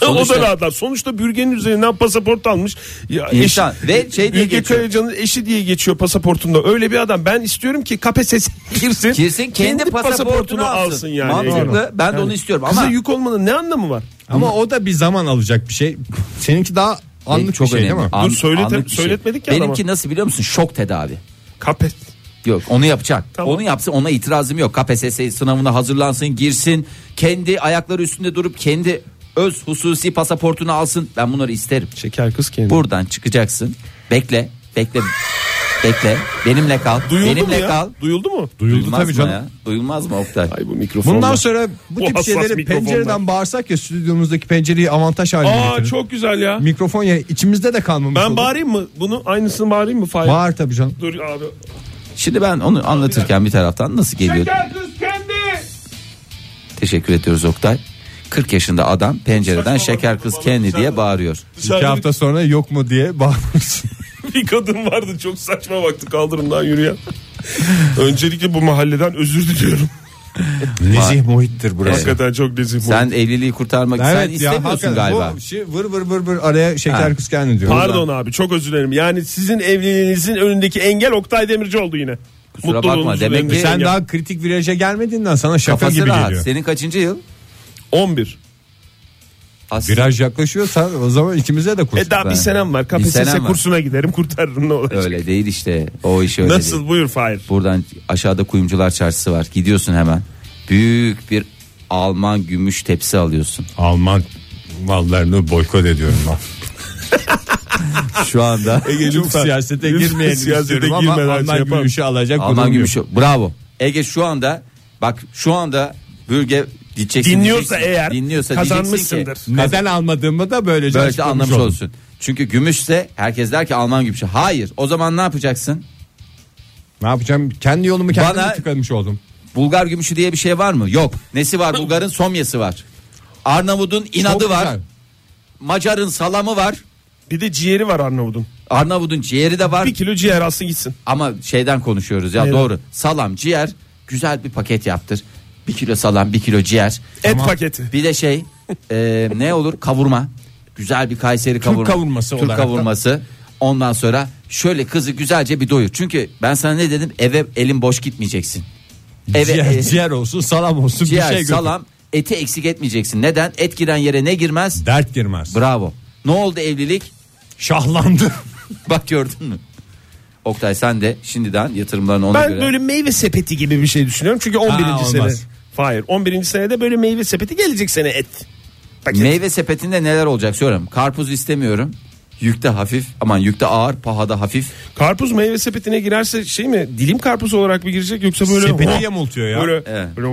Speaker 5: Sonuçta-
Speaker 4: o da rahatlar. Sonuçta bürgenin üzerinden pasaport almış. Ya
Speaker 5: İnsan ve şey diye
Speaker 4: Ülke
Speaker 5: geçiyor.
Speaker 4: Kayacan'ın eşi diye geçiyor pasaportunda. Öyle bir adam. Ben istiyorum ki KPSS girsin.
Speaker 5: Girsin kendi, pasaportunu, alsın.
Speaker 4: yani.
Speaker 5: Mantıklı.
Speaker 4: Ege.
Speaker 5: Ben de onu istiyorum
Speaker 4: Kıza
Speaker 5: ama
Speaker 4: yük olmanın ne anlamı var?
Speaker 3: Ama o da bir zaman alacak bir şey. Seninki daha anlık
Speaker 5: çok
Speaker 3: bir şey
Speaker 5: önemli.
Speaker 3: değil mi?
Speaker 5: An-
Speaker 4: Dur, söylete-
Speaker 5: anlık bir şey.
Speaker 4: söyletmedik ya
Speaker 5: Benimki nasıl biliyor musun? Şok tedavi.
Speaker 4: KPSS.
Speaker 5: Yok onu yapacak.
Speaker 4: Tamam.
Speaker 5: Onu yapsın ona itirazım yok. KPSS sınavına hazırlansın girsin. Kendi ayakları üstünde durup kendi öz hususi pasaportunu alsın. Ben bunları isterim.
Speaker 4: Şeker kız kendi.
Speaker 5: Buradan çıkacaksın. Bekle. Bekle. bekle. Benimle kal.
Speaker 4: Duyuldu
Speaker 5: benimle
Speaker 4: mu ya?
Speaker 5: kal.
Speaker 4: Duyuldu mu?
Speaker 3: Duyuldu
Speaker 5: Duyulmaz
Speaker 3: tabii
Speaker 5: mı
Speaker 3: canım.
Speaker 5: ya? Duyulmaz mı Oktay?
Speaker 4: Ay bu mikrofonla.
Speaker 3: Bundan sonra bu
Speaker 4: O
Speaker 3: tip
Speaker 4: hassas
Speaker 3: şeyleri
Speaker 4: mikrofonlar.
Speaker 3: pencereden bağırsak ya stüdyomuzdaki pencereyi avantaj haline
Speaker 4: Aa
Speaker 3: getirir.
Speaker 4: çok güzel ya.
Speaker 3: Mikrofon ya içimizde de kalmamış
Speaker 4: Ben
Speaker 3: olur.
Speaker 4: bağırayım mı? Bunu aynısını bağırayım mı? Fahir?
Speaker 3: Bağır tabii canım.
Speaker 4: Dur abi.
Speaker 5: Şimdi ben onu anlatırken bir taraftan nasıl geliyor? Teşekkür ediyoruz Oktay. 40 yaşında adam pencereden
Speaker 4: Saçma
Speaker 5: şeker
Speaker 4: bak,
Speaker 5: kız
Speaker 4: bana
Speaker 5: kendi
Speaker 4: sen-
Speaker 5: diye bağırıyor.
Speaker 3: İki
Speaker 4: Dışarıda
Speaker 3: hafta sonra yok mu diye bağırmışsın.
Speaker 4: bir kadın vardı çok saçma baktı kaldırımdan yürüyen. Öncelikle bu mahalleden özür diliyorum.
Speaker 3: Nezih muhittir burası.
Speaker 4: Hakikaten çok rezil.
Speaker 5: Sen evliliği kurtarmak sen istemiyorsun
Speaker 3: hakikaten
Speaker 5: galiba.
Speaker 3: Bu şey vır vır vır vır araya şeker
Speaker 5: Ha.
Speaker 3: kız kendi diyor.
Speaker 4: Pardon abi çok özür dilerim. Yani sizin evliliğinizin önündeki engel Oktay Demirci oldu yine.
Speaker 5: Kusura
Speaker 4: Mutluluğunuzun
Speaker 5: bakma, demek
Speaker 4: önündeki
Speaker 5: ki-
Speaker 3: Sen
Speaker 4: engel.
Speaker 3: daha kritik viraja gelmediğinden sana şaka
Speaker 5: Şey Kafası
Speaker 3: gibi
Speaker 5: rahat.
Speaker 3: geliyor.
Speaker 5: Senin kaçıncı yıl?
Speaker 4: 11.
Speaker 5: Aslında
Speaker 3: Viraj yaklaşıyorsa o zaman ikimize de kurtar.
Speaker 4: E daha
Speaker 5: Ben-
Speaker 4: bir senem var.
Speaker 5: Bir
Speaker 4: KPSS
Speaker 5: senem var.
Speaker 4: kursuna giderim kurtarırım ne olacak.
Speaker 5: öyle değil işte. O iş öyle
Speaker 4: Nasıl
Speaker 5: değil.
Speaker 4: buyur Fahir.
Speaker 5: Buradan aşağıda kuyumcular çarşısı var. Gidiyorsun hemen. Büyük bir Alman gümüş tepsi alıyorsun.
Speaker 3: Alman mallarını boykot ediyorum ben.
Speaker 5: Şu anda
Speaker 3: Çok
Speaker 4: lütfen.
Speaker 3: siyasete
Speaker 4: Lütfen
Speaker 3: girmeyelim
Speaker 4: siyasete
Speaker 3: istiyorum
Speaker 4: girmeden
Speaker 3: ama
Speaker 4: şey
Speaker 3: Alman
Speaker 4: yapalım.
Speaker 3: gümüşü alacak
Speaker 5: Alman şey.
Speaker 3: durum yok.
Speaker 5: gümüşü. Bravo. Ege şu anda bak şu anda bölge diyeceksin.
Speaker 4: Dinliyorsa
Speaker 5: diyeceksin.
Speaker 4: eğer
Speaker 5: dinliyorsa
Speaker 4: kazanmışsındır.
Speaker 5: diyeceksin ki-
Speaker 3: Neden almadığımı da böylece,
Speaker 5: Böylece
Speaker 3: açıklamış
Speaker 5: anlamış
Speaker 3: oldum.
Speaker 5: olsun. Çünkü gümüşse herkes der ki Alman gümüşü. Hayır. O zaman ne yapacaksın?
Speaker 3: Ne yapacağım? Kendi yolumu kendim
Speaker 5: Bana-
Speaker 3: tıkamış oldum.
Speaker 5: Bulgar gümüşü diye bir şey var mı? Yok. Nesi var? Bulgar'ın somyası var. Arnavut'un inadı
Speaker 3: Çok
Speaker 5: var.
Speaker 3: güzel.
Speaker 5: Macar'ın salamı var.
Speaker 4: Bir de ciğeri var Arnavut'un.
Speaker 5: Arnavut'un ciğeri de var.
Speaker 4: Bir kilo ciğer alsın gitsin.
Speaker 5: Ama şeyden konuşuyoruz ya doğru. Salam, ciğer güzel bir paket yaptır. Bir kilo salam, bir kilo ciğer.
Speaker 4: Et paketi.
Speaker 5: Bir de şey e, ne olur kavurma. Güzel bir Kayseri kavurma.
Speaker 3: kavurması
Speaker 5: Türk
Speaker 3: olarak da.
Speaker 5: kavurması. Ondan sonra şöyle kızı güzelce bir doyur. Çünkü ben sana ne dedim? Eve elin boş gitmeyeceksin. Eve
Speaker 3: ciğer,
Speaker 5: e,
Speaker 3: ciğer olsun, salam olsun
Speaker 5: ciğer,
Speaker 3: bir şey götür.
Speaker 5: salam, eti eksik etmeyeceksin. Neden? Et giren yere ne girmez?
Speaker 3: Dert girmez.
Speaker 5: Bravo. Ne oldu evlilik?
Speaker 3: Şahlandı.
Speaker 5: Bak gördün mü? Oktay sen de şimdiden yatırımlarını ona
Speaker 4: Ben
Speaker 5: göre.
Speaker 4: böyle meyve sepeti gibi bir şey düşünüyorum. Çünkü 11.
Speaker 3: Ha,
Speaker 4: sene.
Speaker 3: olmaz.
Speaker 4: Hayır 11. senede böyle meyve sepeti gelecek sene et. Paket.
Speaker 5: Meyve sepetinde neler olacak söylüyorum. Karpuz istemiyorum. Yükte hafif aman yükte ağır pahada hafif.
Speaker 4: Karpuz meyve sepetine girerse şey mi dilim karpuz olarak mı girecek yoksa böyle
Speaker 3: Sepeti
Speaker 4: "Vah!"
Speaker 3: yamultuyor ya.
Speaker 4: Böyle,
Speaker 5: Evet.
Speaker 4: böyle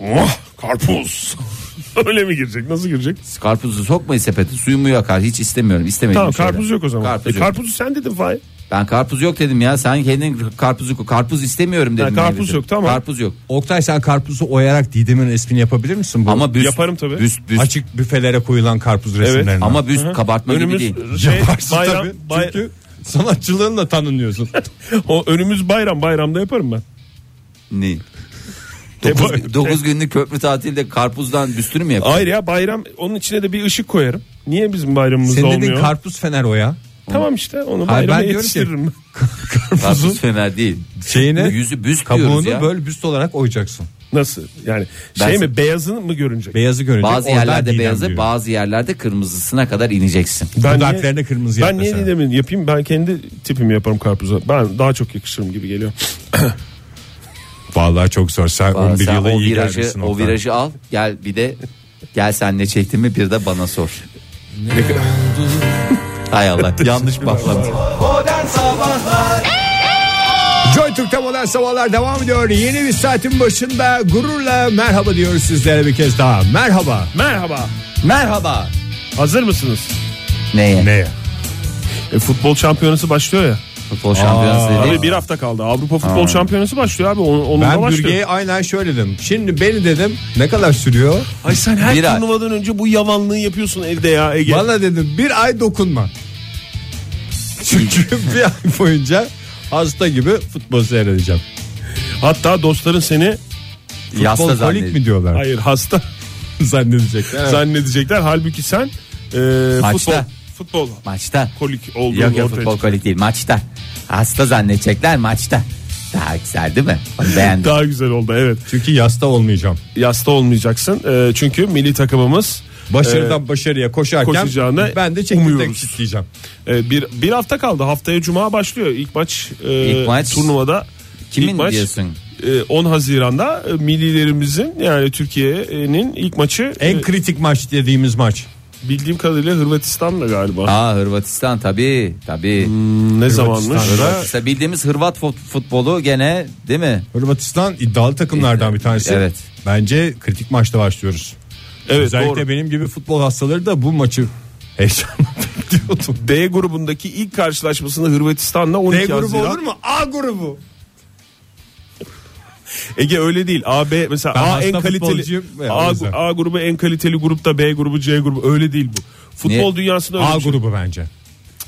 Speaker 4: "Vah, karpuz. Öyle mi girecek? Nasıl girecek?
Speaker 5: Karpuzu sokmayın sepete suyu mu yakar hiç istemiyorum istemedim.
Speaker 4: Tamam karpuz yok o zaman.
Speaker 5: Karpuz
Speaker 4: E,
Speaker 5: yok.
Speaker 4: karpuzu sen dedin Fahir.
Speaker 5: Ben karpuz yok dedim ya sen kendin karpuzu karpuz istemiyorum dedim.
Speaker 4: Ha, karpuz
Speaker 5: meyvesi.
Speaker 4: yok, tamam.
Speaker 5: Karpuz yok
Speaker 3: Oktay sen karpuzu oyarak Didem'in resmini yapabilir misin? Bu?
Speaker 5: ama büst,
Speaker 4: Yaparım tabii.
Speaker 5: Büst, büst,
Speaker 3: Açık büfelere koyulan karpuz resimlerinden.
Speaker 5: ama büst kabartma
Speaker 4: Önümüz
Speaker 5: gibi değil.
Speaker 4: şey,
Speaker 3: Yaparsın
Speaker 4: bayram,
Speaker 3: tabii.
Speaker 4: bay-
Speaker 3: Çünkü sanatçılığınla tanınıyorsun.
Speaker 4: o önümüz bayram bayramda yaparım ben.
Speaker 5: Ne?
Speaker 4: Yapar-
Speaker 5: 9, günlük köprü tatilde karpuzdan büstünü mü yapar?
Speaker 4: Hayır ya bayram onun içine de bir ışık koyarım. Niye bizim bayramımız
Speaker 3: Senin dediğin
Speaker 4: olmuyor?
Speaker 3: karpuz fener o ya.
Speaker 4: tamam işte onu
Speaker 3: Hayır,
Speaker 4: bayrama
Speaker 3: ben diyorum ki-
Speaker 4: yetiştiririm.
Speaker 5: Karpuz fener değil.
Speaker 3: Şeyini
Speaker 5: Yüzü büst diyoruz
Speaker 3: kabuğunu
Speaker 5: ya.
Speaker 3: böyle büst olarak oyacaksın.
Speaker 4: Nasıl? Yani
Speaker 5: Ben-
Speaker 4: şey mi beyazını mı görünecek?
Speaker 3: Beyazı görecek.
Speaker 5: Bazı
Speaker 3: oradan
Speaker 5: yerlerde
Speaker 3: Didem
Speaker 5: beyazı
Speaker 3: diyor.
Speaker 5: bazı yerlerde kırmızısına kadar ineceksin.
Speaker 4: Ben
Speaker 3: Dudaklarına kırmızı
Speaker 4: Ben
Speaker 3: yap
Speaker 4: niye
Speaker 3: mesela.
Speaker 4: demin yapayım? Ben kendi tipimi yaparım karpuza. Ben daha çok yakışırım gibi geliyor.
Speaker 3: Vallahi çok zor. Sen
Speaker 5: Aa,
Speaker 3: 11
Speaker 5: sen
Speaker 3: yıla
Speaker 5: o
Speaker 3: iyi
Speaker 5: virajı
Speaker 3: gelmişsin.
Speaker 5: o
Speaker 3: Okan.
Speaker 5: virajı al gel bir de gel sen ne çektin mi bir de bana sor. Hay Allah yanlış bağladım.
Speaker 2: Modern Sabahlar
Speaker 6: Joy Türk'te modern sabahlar devam ediyor. Yeni bir saatin başında gururla merhaba diyoruz sizlere bir kez daha. Merhaba.
Speaker 4: Merhaba.
Speaker 5: Merhaba.
Speaker 4: Hazır mısınız?
Speaker 5: Neye?
Speaker 3: Ne?
Speaker 4: E, futbol şampiyonası başlıyor ya.
Speaker 5: Futbol şampiyonası
Speaker 4: Abi
Speaker 5: dediğin-
Speaker 4: bir hafta kaldı. Avrupa futbol şampiyonası başlıyor abi. Onun, onunla
Speaker 3: Ben
Speaker 4: başlıyor.
Speaker 3: bürgeye aynen şöyle dedim. Şimdi beni dedim ne kadar sürüyor?
Speaker 4: Ay sen her
Speaker 5: Bir ay.
Speaker 4: turnuvadan önce bu yavanlığı yapıyorsun evde ya Ege.
Speaker 3: Bana dedim bir ay dokunma. Çünkü bir ay boyunca hasta gibi futbol seyredeceğim.
Speaker 4: Hatta dostların seni
Speaker 5: yasta
Speaker 3: Futbol kolik
Speaker 5: zannediyor.
Speaker 3: mi diyorlar
Speaker 4: hayır hasta
Speaker 3: zannedecekler. Evet.
Speaker 4: zannedecekler. Halbuki sen e, futbol
Speaker 5: Maçta.
Speaker 4: futbol
Speaker 5: Maçta.
Speaker 4: kolik olduğunu
Speaker 5: Yok yok
Speaker 4: ortaya
Speaker 5: futbol kolik değil maçta. Hasta zannedecekler maçta. Daha güzel değil mi? Onu
Speaker 4: çık-
Speaker 5: Beğendim.
Speaker 4: daha güzel oldu evet.
Speaker 3: Çünkü yasta olmayacağım.
Speaker 4: Yasta olmayacaksın. E, çünkü milli takımımız
Speaker 3: Başarıdan başarıya koşarken
Speaker 4: koşacağını
Speaker 3: ben de çekip tek
Speaker 4: umuyoruz.
Speaker 3: kitleyeceğim.
Speaker 4: e, bir bir hafta kaldı. Haftaya cuma başlıyor ilk maç. e,
Speaker 5: İlk maç-
Speaker 4: turnuvada
Speaker 5: Kimin
Speaker 4: ilk maç,
Speaker 5: diyorsun?
Speaker 4: e, 10 Haziran'da e, millilerimizin yani Türkiye'nin ilk maçı
Speaker 3: En
Speaker 4: e,
Speaker 3: kritik maç dediğimiz maç.
Speaker 4: bildiğim kadarıyla Hırvatistan'la galiba.
Speaker 5: Aa Hırvatistan tabii tabii.
Speaker 4: Hmm. ne zamanmış?
Speaker 5: Hırvatistan bildiğimiz Hırvat fut- futbolu gene değil mi?
Speaker 3: Hırvatistan iddialı takımlardan bir
Speaker 4: Şey-
Speaker 3: tanesi.
Speaker 5: Evet.
Speaker 3: Bence kritik maçta başlıyoruz.
Speaker 4: Evet
Speaker 3: Özellikle
Speaker 4: doğru.
Speaker 3: benim gibi futbol hastaları da bu maçı heyecanla bekliyordum.
Speaker 4: D grubundaki ilk karşılaşmasını Hırvatistan'la 12
Speaker 3: D grubu
Speaker 4: Haziran.
Speaker 3: olur mu? A grubu.
Speaker 4: Ege öyle değil. A B mesela
Speaker 3: Ben
Speaker 4: A
Speaker 3: aslında
Speaker 4: en kaliteli
Speaker 3: futbolcuyum ya, o
Speaker 4: A,
Speaker 3: yüzden.
Speaker 4: A grubu en kaliteli grupta B grubu C grubu öyle değil bu. Futbol
Speaker 5: Niye?
Speaker 4: dünyasında öyle
Speaker 3: A
Speaker 4: bir şey.
Speaker 3: grubu bence.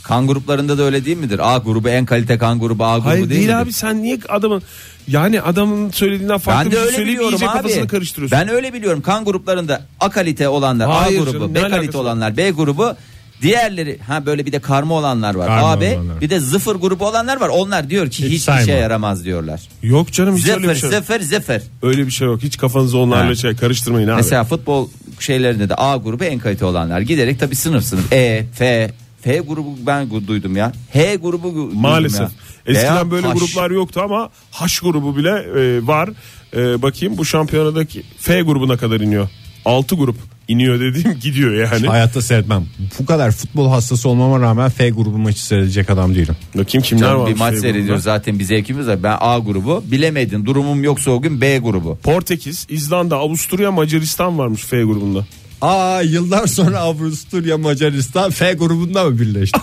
Speaker 5: Kan gruplarında da öyle değil midir? A grubu en kalite kan grubu A grubu
Speaker 4: Hayır
Speaker 5: değil,
Speaker 4: değil,
Speaker 5: midir?
Speaker 4: abi sen niye adamın yani adamın söylediğinden
Speaker 5: Ben
Speaker 4: farklı bir
Speaker 5: de
Speaker 4: şey
Speaker 5: öyle
Speaker 4: söyleyip
Speaker 5: biliyorum
Speaker 4: iyice
Speaker 5: abi.
Speaker 4: kafasını karıştırıyorsun.
Speaker 5: Ben öyle biliyorum. Kan gruplarında A kalite olanlar
Speaker 4: Hayır
Speaker 5: A grubu,
Speaker 4: canım, ne
Speaker 5: B kalite
Speaker 4: alakası var?
Speaker 5: olanlar B grubu. Diğerleri ha böyle bir de karma olanlar var.
Speaker 3: Karma
Speaker 5: A B
Speaker 3: olanlar.
Speaker 5: bir de zıfır grubu olanlar var. Onlar diyor ki
Speaker 3: Hiç
Speaker 5: hiçbir
Speaker 3: sayma.
Speaker 5: şey yaramaz diyorlar.
Speaker 4: Yok canım hiç öyle
Speaker 5: Zıfır
Speaker 4: bir şey yok.
Speaker 5: zıfır zıfır.
Speaker 4: Öyle bir şey yok. Hiç kafanızı onlarla
Speaker 5: Ha.
Speaker 4: şey karıştırmayın abi.
Speaker 5: Mesela futbol şeylerinde de A grubu en kalite olanlar giderek tabii sınıf sınıf E, F, F grubu ben gu- duydum ya. H grubu gu- duydum
Speaker 4: Maalesef.
Speaker 5: ya.
Speaker 4: Eskiden
Speaker 5: Veya
Speaker 4: böyle
Speaker 5: H.
Speaker 4: gruplar yoktu ama H grubu bile e, var. E, bakayım bu şampiyonadaki F grubuna kadar iniyor. 6 grup iniyor dediğim gidiyor yani.
Speaker 3: Hayatta seyretmem. Bu kadar futbol hastası olmama rağmen F grubu maçı seyredecek adam değilim.
Speaker 4: Bakayım kimler
Speaker 5: Canım
Speaker 4: var.
Speaker 5: bir maç seyrediyoruz zaten bir zevkimiz var. Ben A grubu bilemedin durumum yoksa o gün B grubu.
Speaker 4: Portekiz, İzlanda, Avusturya, Macaristan varmış F grubunda.
Speaker 3: Aa yıllar sonra Avusturya Macaristan F grubunda mı birleşti?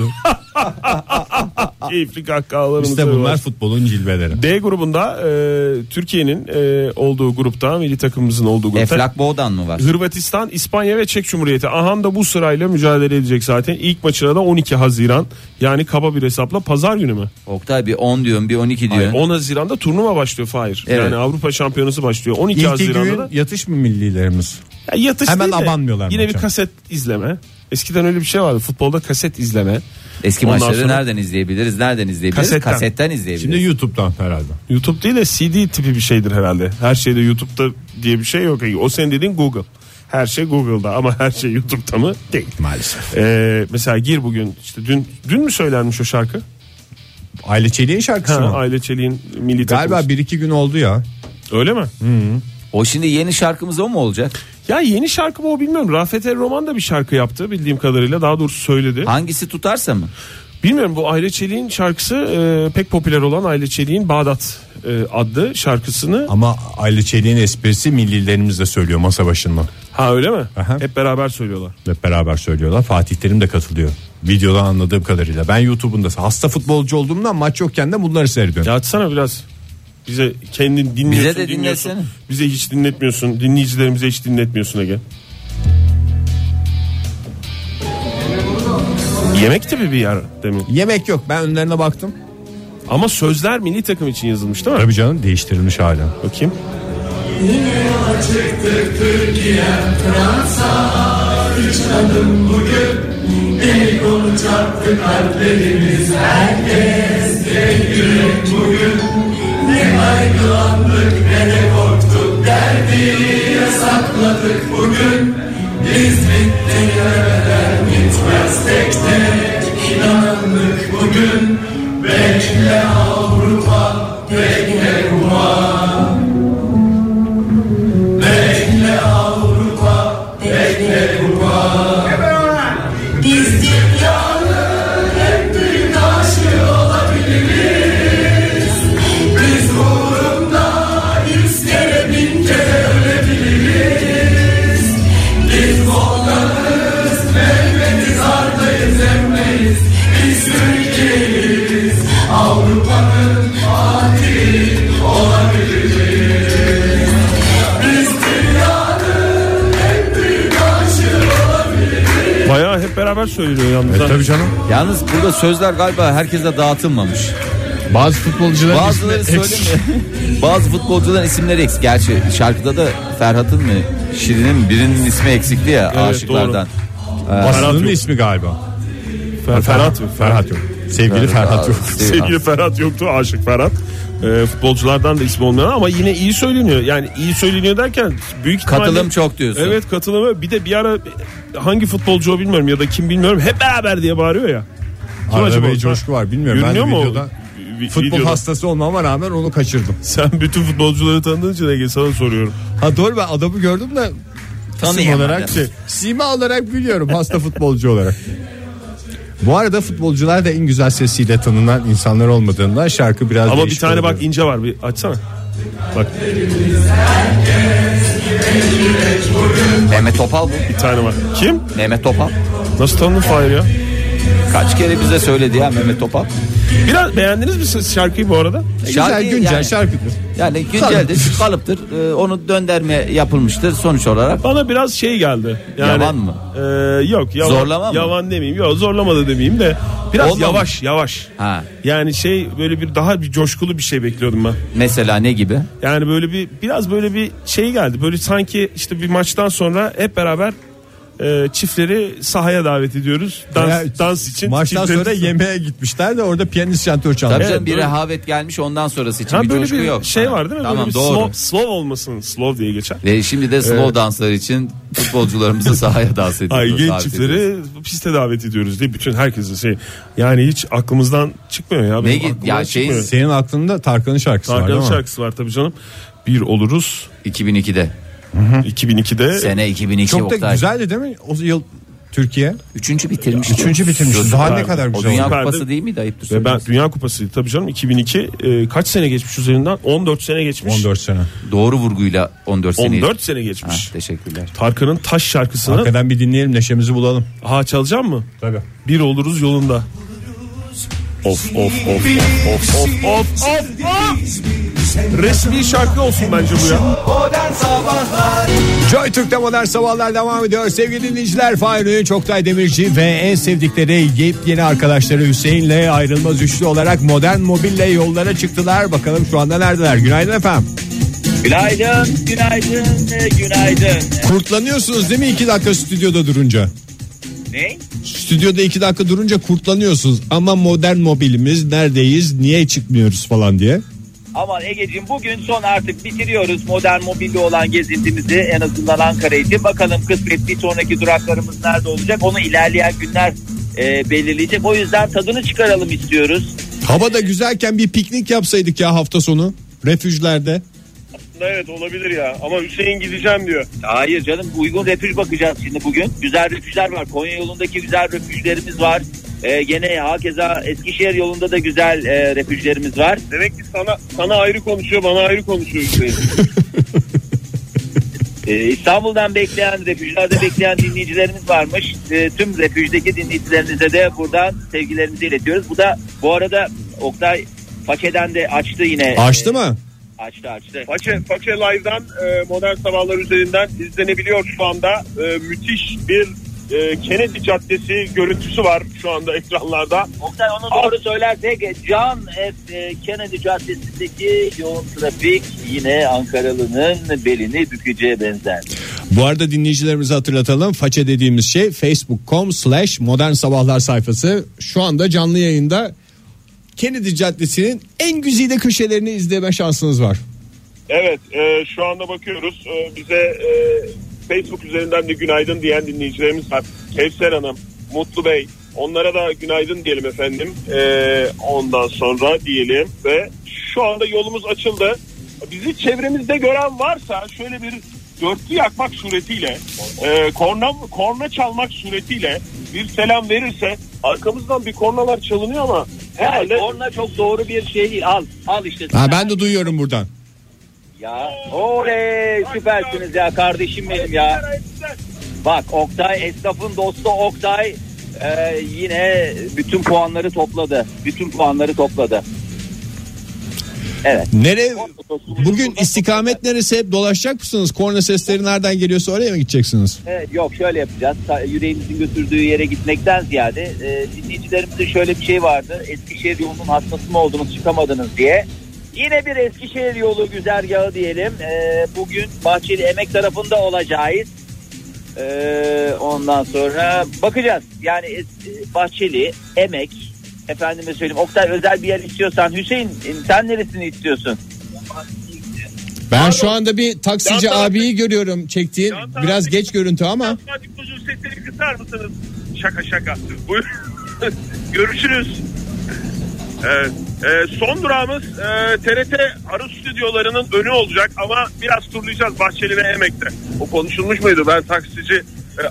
Speaker 4: Keyifli kahkahalarımız
Speaker 3: işte
Speaker 4: da
Speaker 3: bunlar
Speaker 4: var.
Speaker 3: futbolun cilveleri.
Speaker 4: D grubunda e, Türkiye'nin e, olduğu grupta, milli takımımızın olduğu grupta.
Speaker 5: Eflak E, Boğdan mı var?
Speaker 4: Hırvatistan, İspanya ve Çek Cumhuriyeti. Ahan da bu sırayla mücadele edecek zaten. İlk maçına da 12 Haziran. Yani kaba bir hesapla pazar günü mü?
Speaker 5: Oktay bir 10 diyorsun bir 12 diyorsun.
Speaker 4: 10 Haziran'da turnuva başlıyor Fahir.
Speaker 5: Evet.
Speaker 4: Yani Avrupa Şampiyonası başlıyor. 12
Speaker 3: İlk iki
Speaker 4: Haziran'da
Speaker 3: gün
Speaker 4: da
Speaker 3: yatış mı millilerimiz?
Speaker 4: Ya yatış
Speaker 3: Hemen
Speaker 4: değil de
Speaker 3: abanmıyorlar
Speaker 4: Yine bir
Speaker 3: maça.
Speaker 4: kaset izleme. Eskiden öyle bir şey vardı. Futbolda kaset izleme.
Speaker 5: Eski
Speaker 4: Ondan
Speaker 5: maçları
Speaker 4: sonra-
Speaker 5: nereden izleyebiliriz? Nereden izleyebiliriz?
Speaker 4: Kasetten.
Speaker 5: Kasetten, izleyebiliriz.
Speaker 3: Şimdi YouTube'dan herhalde.
Speaker 4: YouTube değil de CD tipi bir şeydir herhalde. Her şeyde YouTube'da diye bir şey yok. O senin dediğin Google. Her şey Google'da ama her şey YouTube'da mı? Değil.
Speaker 3: Maalesef.
Speaker 4: Ee, mesela gir bugün işte dün dün mü söylenmiş o şarkı?
Speaker 3: Aile Çelik'in şarkısı
Speaker 4: Ha,
Speaker 3: mı?
Speaker 4: Aile Çelik'in milli
Speaker 3: Galiba
Speaker 4: takımı.
Speaker 3: bir iki gün oldu ya.
Speaker 4: Öyle mi?
Speaker 5: O şimdi yeni şarkımız o mu olacak?
Speaker 4: Ya yeni şarkı mı o bilmiyorum. Rafet El Roman da bir şarkı yaptı bildiğim kadarıyla. Daha doğrusu söyledi.
Speaker 5: Hangisi tutarsa mı?
Speaker 4: Bilmiyorum bu Aile Çelik'in şarkısı e, pek popüler olan Aile Çelik'in Bağdat e, adlı şarkısını.
Speaker 3: Ama Aile Çelik'in esprisi millilerimiz de söylüyor masa başında.
Speaker 4: Ha öyle mi?
Speaker 3: Aha.
Speaker 4: Hep beraber söylüyorlar.
Speaker 3: Hep beraber söylüyorlar. Fatih Terim de katılıyor. Videodan anladığım kadarıyla. Ben YouTube'un da hasta futbolcu olduğumdan maç yokken de bunları seyrediyorum.
Speaker 4: Ya açsana biraz. Bize kendin dinliyorsun.
Speaker 5: Bize de
Speaker 4: dinliyorsun.
Speaker 5: dinlesene.
Speaker 4: Bize hiç dinletmiyorsun. Dinleyicilerimize hiç dinletmiyorsun Ege. Yemek tipi bir yer demin.
Speaker 3: Yemek yok. Ben önlerine baktım.
Speaker 4: Ama sözler milli takım için yazılmış değil mi?
Speaker 3: Tabii canım değiştirilmiş hala.
Speaker 4: Bakayım.
Speaker 2: Ne aygılandık ne de korktuk der başladık bugün Biz bitti demeden bitmez tek tek İnandık bugün Bekle Avrupa Bekle Roma Bekle Avrupa Bekle Roma Biz dünyanın hep bir taşı olabiliriz Biz uğrunda yüz kere bin kere ölebiliriz Biz volkanız, Mehmetiz, Arda'yız, Emre'yiz Biz Türkiye'yiz, Avrupa'nın Fatih'i olabileceğiz Biz dünyanın en büyük aşığı olabiliriz
Speaker 4: Bayağı hep beraber söylüyor yalnız.
Speaker 3: E, tabii canım.
Speaker 5: Yalnız burada sözler galiba herkese dağıtılmamış.
Speaker 3: Bazı futbolcuların
Speaker 5: Bazıları
Speaker 3: ismi eksik.
Speaker 5: söylemiyor. Bazı futbolcuların isimleri eksik. Gerçi şarkıda da Ferhat'ın mı Şirin'in mi, birinin ismi eksikti ya aşıklardan.
Speaker 3: Basının
Speaker 4: Ferhat yok.
Speaker 3: ismi galiba.
Speaker 4: Fer- Ferhat yok.
Speaker 3: Ferhat yok. Sevgili Ferhat yok.
Speaker 4: Sevgili Ferhat yoktu Aşık Ferhat. Ee, futbolculardan da ismi olmayan ama yine iyi söyleniyor. Yani iyi söyleniyor derken büyük ihtimalle...
Speaker 5: Katılım çok diyorsun.
Speaker 4: Evet katılımı. Bir de bir ara hangi futbolcu o bilmiyorum ya da kim bilmiyorum hep beraber diye bağırıyor ya. Kim
Speaker 3: Arada
Speaker 4: acaba?
Speaker 3: bir coşku var bilmiyorum.
Speaker 4: Görünüyor
Speaker 3: E, ben de
Speaker 4: mu?
Speaker 3: videoda
Speaker 4: Vi-
Speaker 3: futbol
Speaker 4: videoda.
Speaker 3: hastası olmama rağmen onu kaçırdım.
Speaker 4: Sen bütün futbolcuları tanıdığın için Ege sana soruyorum.
Speaker 3: Ha doğru ben adamı gördüm de isim
Speaker 5: Tanıyamadım.
Speaker 3: olarak şey, sima olarak biliyorum hasta futbolcu olarak. Bu arada futbolcular da en güzel sesiyle tanınan insanlar olmadığından şarkı biraz
Speaker 4: Ama bir
Speaker 3: değişik
Speaker 4: tane bak
Speaker 3: oluyor.
Speaker 4: ince var bir açsana. Bak
Speaker 5: Mehmet Topal bu.
Speaker 4: bir tane var. Kim?
Speaker 5: Mehmet Topal.
Speaker 4: Nasıl tanıdın Fahir ya?
Speaker 5: Kaç kere bize söyledi ya Mehmet Topal.
Speaker 4: E, Biraz beğendiniz mi siz şarkıyı bu arada?
Speaker 5: Şarkı
Speaker 3: güzel güncel
Speaker 5: yani-
Speaker 3: şarkıdır.
Speaker 5: Yani günceldir, kalıptır. Ee, onu dönderme yapılmıştır sonuç olarak.
Speaker 4: Bana biraz şey geldi. Yani,
Speaker 5: Yavan mı?
Speaker 4: E, yok yavan.
Speaker 5: Zorlama mı?
Speaker 4: Yavan demeyeyim. Yok zorlama da demeyeyim de. Biraz
Speaker 5: Olmamış.
Speaker 4: yavaş yavaş.
Speaker 5: Ha.
Speaker 4: Yani şey böyle bir daha bir coşkulu bir şey bekliyordum ben.
Speaker 5: Mesela ne gibi?
Speaker 4: Yani böyle bir biraz böyle bir şey geldi. Böyle sanki işte bir maçtan sonra hep beraber e, çiftleri sahaya davet ediyoruz. Dans,
Speaker 3: Veya
Speaker 4: dans için.
Speaker 3: Maçtan
Speaker 4: çiftleri-
Speaker 3: sonra yemeğe gitmişler de orada piyanist şantör
Speaker 5: Tabii
Speaker 3: çalmış.
Speaker 5: canım bir
Speaker 4: böyle-
Speaker 5: rehavet gelmiş ondan sonrası için
Speaker 4: Ha,
Speaker 5: bir
Speaker 4: böyle
Speaker 5: coşku
Speaker 4: bir
Speaker 5: yok.
Speaker 4: şey
Speaker 5: Ha,
Speaker 4: var değil mi?
Speaker 5: Tamam
Speaker 4: böyle bir
Speaker 5: doğru.
Speaker 4: Slow, slow olmasın. Slow diye geçer.
Speaker 5: Ve şimdi de slow danslar için futbolcularımızı sahaya dans ediyoruz.
Speaker 4: Ay genç
Speaker 5: davet ediyoruz.
Speaker 4: çiftleri piste davet ediyoruz diye bütün herkesin şey. Yani hiç aklımızdan çıkmıyor ya.
Speaker 5: Ne
Speaker 4: Benim
Speaker 5: git-
Speaker 4: aklımdan
Speaker 5: ya şey- şeyin-
Speaker 4: çıkmıyor.
Speaker 3: Senin aklında Tarkan'ın şarkısı var
Speaker 4: Tarkan'ın
Speaker 3: değil mi?
Speaker 4: şarkısı var tabii canım. Bir oluruz
Speaker 5: 2002'de.
Speaker 4: 2002'de.
Speaker 5: Sene 2002
Speaker 3: Çok da
Speaker 5: Oktay.
Speaker 3: güzeldi değil mi? O yıl Türkiye
Speaker 5: Üçüncü bitirmiş.
Speaker 3: üçüncü bitirmiş.
Speaker 5: Sözü
Speaker 3: Daha
Speaker 5: var.
Speaker 3: ne kadar
Speaker 5: O
Speaker 3: güzel.
Speaker 5: Dünya
Speaker 3: oldu.
Speaker 4: Süperdi.
Speaker 5: Kupası değil miydi ayıptır
Speaker 4: Ve ben
Speaker 5: söylemesi.
Speaker 4: Dünya Kupası tabii canım 2002 e, kaç sene geçmiş üzerinden 14 sene geçmiş.
Speaker 3: 14 sene.
Speaker 5: Doğru vurguyla 14 sene.
Speaker 4: 14 sene
Speaker 5: Ha,
Speaker 4: geçmiş.
Speaker 5: teşekkürler.
Speaker 4: Tarkan'ın Taş şarkısını
Speaker 3: Arkadan bir dinleyelim neşemizi bulalım.
Speaker 4: ha çalacağım mı?
Speaker 3: Tabii.
Speaker 4: Bir oluruz yolunda. Of of of of of of of of. Resmi şarkı olsun bence bu ya.
Speaker 2: Modern Sabahlar
Speaker 3: Joy Türk'te modern sabahlar devam ediyor. Sevgili dinleyiciler Fahir Öğün, Çoktay Demirci ve en sevdikleri yepyeni arkadaşları Hüseyin'le ayrılmaz üçlü olarak modern mobille yollara çıktılar. Bakalım şu anda neredeler? Günaydın efendim.
Speaker 7: Günaydın, günaydın, e, günaydın.
Speaker 3: Kurtlanıyorsunuz değil mi iki dakika stüdyoda durunca?
Speaker 7: Ne?
Speaker 3: Stüdyoda iki dakika durunca kurtlanıyorsunuz. Ama modern mobilimiz neredeyiz niye çıkmıyoruz falan diye.
Speaker 7: Aman Ege'cim bugün son artık bitiriyoruz modern mobilde olan gezintimizi en azından Ankara için. Bakalım kısmet bir sonraki duraklarımız nerede olacak onu ilerleyen günler e, belirleyecek. O yüzden tadını çıkaralım istiyoruz.
Speaker 3: Hava da güzelken bir piknik yapsaydık ya hafta sonu. Refüjlerde.
Speaker 4: Evet olabilir ya ama Hüseyin gideceğim diyor.
Speaker 7: Hayır canım uygun refüj bakacağız şimdi bugün. Güzel refüjler var. Konya yolundaki güzel refüjlerimiz var. E, gene hakeza Eskişehir yolunda da güzel e, refüjlerimiz var.
Speaker 4: Demek ki sana sana ayrı konuşuyor bana ayrı konuşuyor Hüseyin.
Speaker 7: Ee, İstanbul'dan bekleyen, refüjlerde bekleyen dinleyicilerimiz varmış. Ee, tüm refüjdeki dinleyicilerimize de buradan sevgilerimizi iletiyoruz. Bu da bu arada Oktay Façe'den de açtı yine.
Speaker 3: Açtı mı?
Speaker 7: Ee, açtı açtı.
Speaker 4: Paçe, Paçe Live'dan e, Modern Sabahlar üzerinden izlenebiliyor şu anda. E, müthiş bir e, Kennedy Caddesi görüntüsü var şu anda ekranlarda.
Speaker 7: Oktay onu doğru söylersek e, Can F. e, Kennedy Caddesi'ndeki yoğun trafik yine Ankaralı'nın belini bükeceğe benzer.
Speaker 3: Bu arada dinleyicilerimizi hatırlatalım. Façe dediğimiz şey facebook.com slash modern sabahlar sayfası. Şu anda canlı yayında Kennedy Caddesi'nin en güzide köşelerini izleme şansınız var.
Speaker 4: Evet, e, şu anda bakıyoruz. E, bize e, Facebook üzerinden de günaydın diyen dinleyicilerimiz var. Kevser Hanım, Mutlu Bey onlara da günaydın diyelim efendim. Ee, ondan sonra diyelim ve şu anda yolumuz açıldı. Bizi çevremizde gören varsa şöyle bir dörtlü yakmak suretiyle e, korna, korna çalmak suretiyle bir selam verirse arkamızdan bir kornalar çalınıyor ama
Speaker 7: Yani
Speaker 4: herhalde
Speaker 7: korna çok doğru bir şey değil. Al. Al işte.
Speaker 3: Ha, ben de duyuyorum buradan.
Speaker 7: Ya. Oley süpersiniz ya kardeşim benim ya. Bak Oktay esnafın dostu Oktay e, yine bütün puanları topladı. Bütün puanları topladı. Evet.
Speaker 3: Nereye? Bugün istikamet neresi hep dolaşacak mısınız? Korna sesleri nereden geliyorsa oraya mı gideceksiniz?
Speaker 7: Evet, E, yok şöyle yapacağız. Ta- Yüreğimizin götürdüğü yere gitmekten ziyade e, dinleyicilerimizin şöyle bir şey vardı. Eskişehir yolunun hastası mı oldunuz çıkamadınız diye. Yine bir Eskişehir yolu güzergahı diyelim. E, bugün Bahçeli Emek tarafında olacağız. E, ondan sonra bakacağız. Yani es- e, Bahçeli, Emek, efendime söyleyeyim. Oktay özel bir yer istiyorsan Hüseyin sen neresini istiyorsun?
Speaker 3: Ben şu anda bir taksici
Speaker 4: Yan tarafta-
Speaker 3: abiyi görüyorum çektiğin.
Speaker 4: Yan tarafta-
Speaker 3: Biraz geç görüntü ama.
Speaker 4: Hadi kuzum sesleri kısar mısınız? Şaka şaka. Buyurun. Görüşürüz. Evet. Ee, son durağımız e, TRT Arı stüdyolarının önü olacak ama biraz turlayacağız Bahçeli ve Emek'te. O konuşulmuş muydu? Ben taksici e,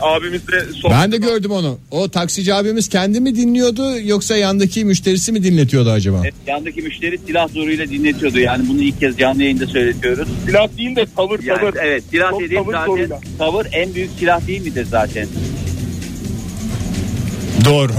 Speaker 4: abimizle sohbet
Speaker 3: Ben de gördüm onu. O taksici abimiz kendi mi dinliyordu yoksa yandaki müşterisi mi dinletiyordu acaba?
Speaker 7: Evet, yandaki müşteri silah zoruyla dinletiyordu. Yani bunu ilk kez canlı yayında söyletiyoruz.
Speaker 4: Silah değil de tavır
Speaker 7: Yani,
Speaker 4: tavır.
Speaker 7: evet silah
Speaker 4: Çok
Speaker 7: dediğim
Speaker 4: tavır
Speaker 7: zaten
Speaker 4: zoruyla.
Speaker 7: tavır en büyük silah değil midir zaten?
Speaker 3: Doğru.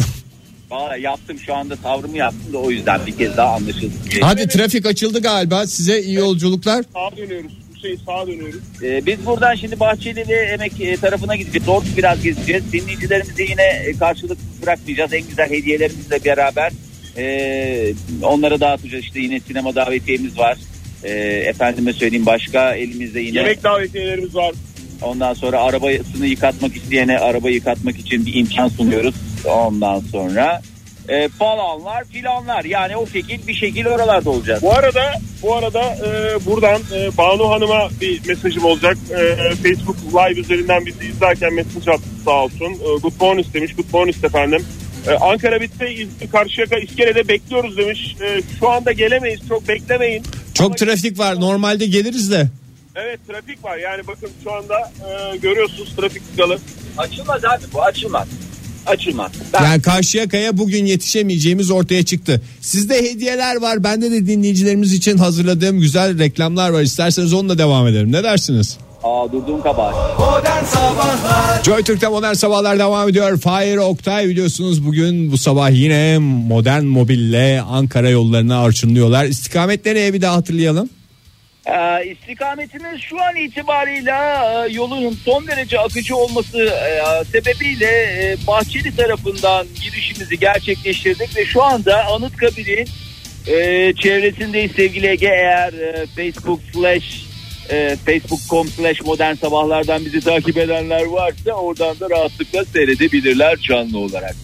Speaker 7: Valla yaptım şu anda tavrımı yaptım da o yüzden bir kez daha anlaşılsın diye.
Speaker 3: Hadi trafik açıldı galiba. Size iyi yolculuklar.
Speaker 4: Sağa dönüyoruz. Hüseyin sağa dönüyoruz.
Speaker 7: Ee, biz buradan şimdi Bahçeli ve Emek e, tarafına gideceğiz. Orada biraz gezeceğiz. Dinleyicilerimizi yine e, karşılıksız bırakmayacağız. En güzel hediyelerimizle beraber e, onlara dağıtacağız. İşte yine sinema davetiyemiz var. E, efendime söyleyeyim başka elimizde yine
Speaker 4: Yemek davetiyelerimiz var.
Speaker 7: Ondan sonra arabasını yıkatmak isteyene araba yıkatmak için bir imkan sunuyoruz. Ondan sonra e, falanlar filanlar yani o şekil bir şekil oralarda olacağız.
Speaker 4: Bu arada bu arada e, buradan e, Banu Hanım'a bir mesajım olacak. E, Facebook Live üzerinden bizi izlerken mesaj attı sağ olsun. E, good bonus demiş. Good bonus efendim. E, Ankara bitti. İzmir Karşıyaka İskele'de bekliyoruz demiş. E, şu anda gelemeyiz. Çok beklemeyin. Ama-
Speaker 3: Çok trafik var. Normalde geliriz de.
Speaker 4: Evet trafik var. Yani bakın şu anda e, görüyorsunuz trafik tıkalı.
Speaker 7: Açılmaz abi bu açılmaz. Açılmaz. Ben
Speaker 3: Yani karşıya kaya bugün yetişemeyeceğimiz ortaya çıktı. Sizde hediyeler var. Bende de dinleyicilerimiz için hazırladığım güzel reklamlar var. İsterseniz onunla devam edelim. Ne dersiniz?
Speaker 7: Aa, durduğum kabahat.
Speaker 8: Modern Sabahlar
Speaker 3: Joy Türk'te modern sabahlar devam ediyor. Fahir Oktay biliyorsunuz bugün bu sabah yine modern mobille Ankara yollarına arşınlıyorlar. İstikamet nereye bir daha hatırlayalım.
Speaker 7: Ee, istikametimiz şu an itibarıyla e, yolun son derece akıcı olması e, sebebiyle e, Bahçeli tarafından girişimizi gerçekleştirdik ve şu anda Anıtkabir'in e, çevresindeyiz sevgili Ege eğer e, Facebook slash e, facebook.com slash modern sabahlardan bizi takip edenler varsa oradan da rahatlıkla seyredebilirler canlı olarak.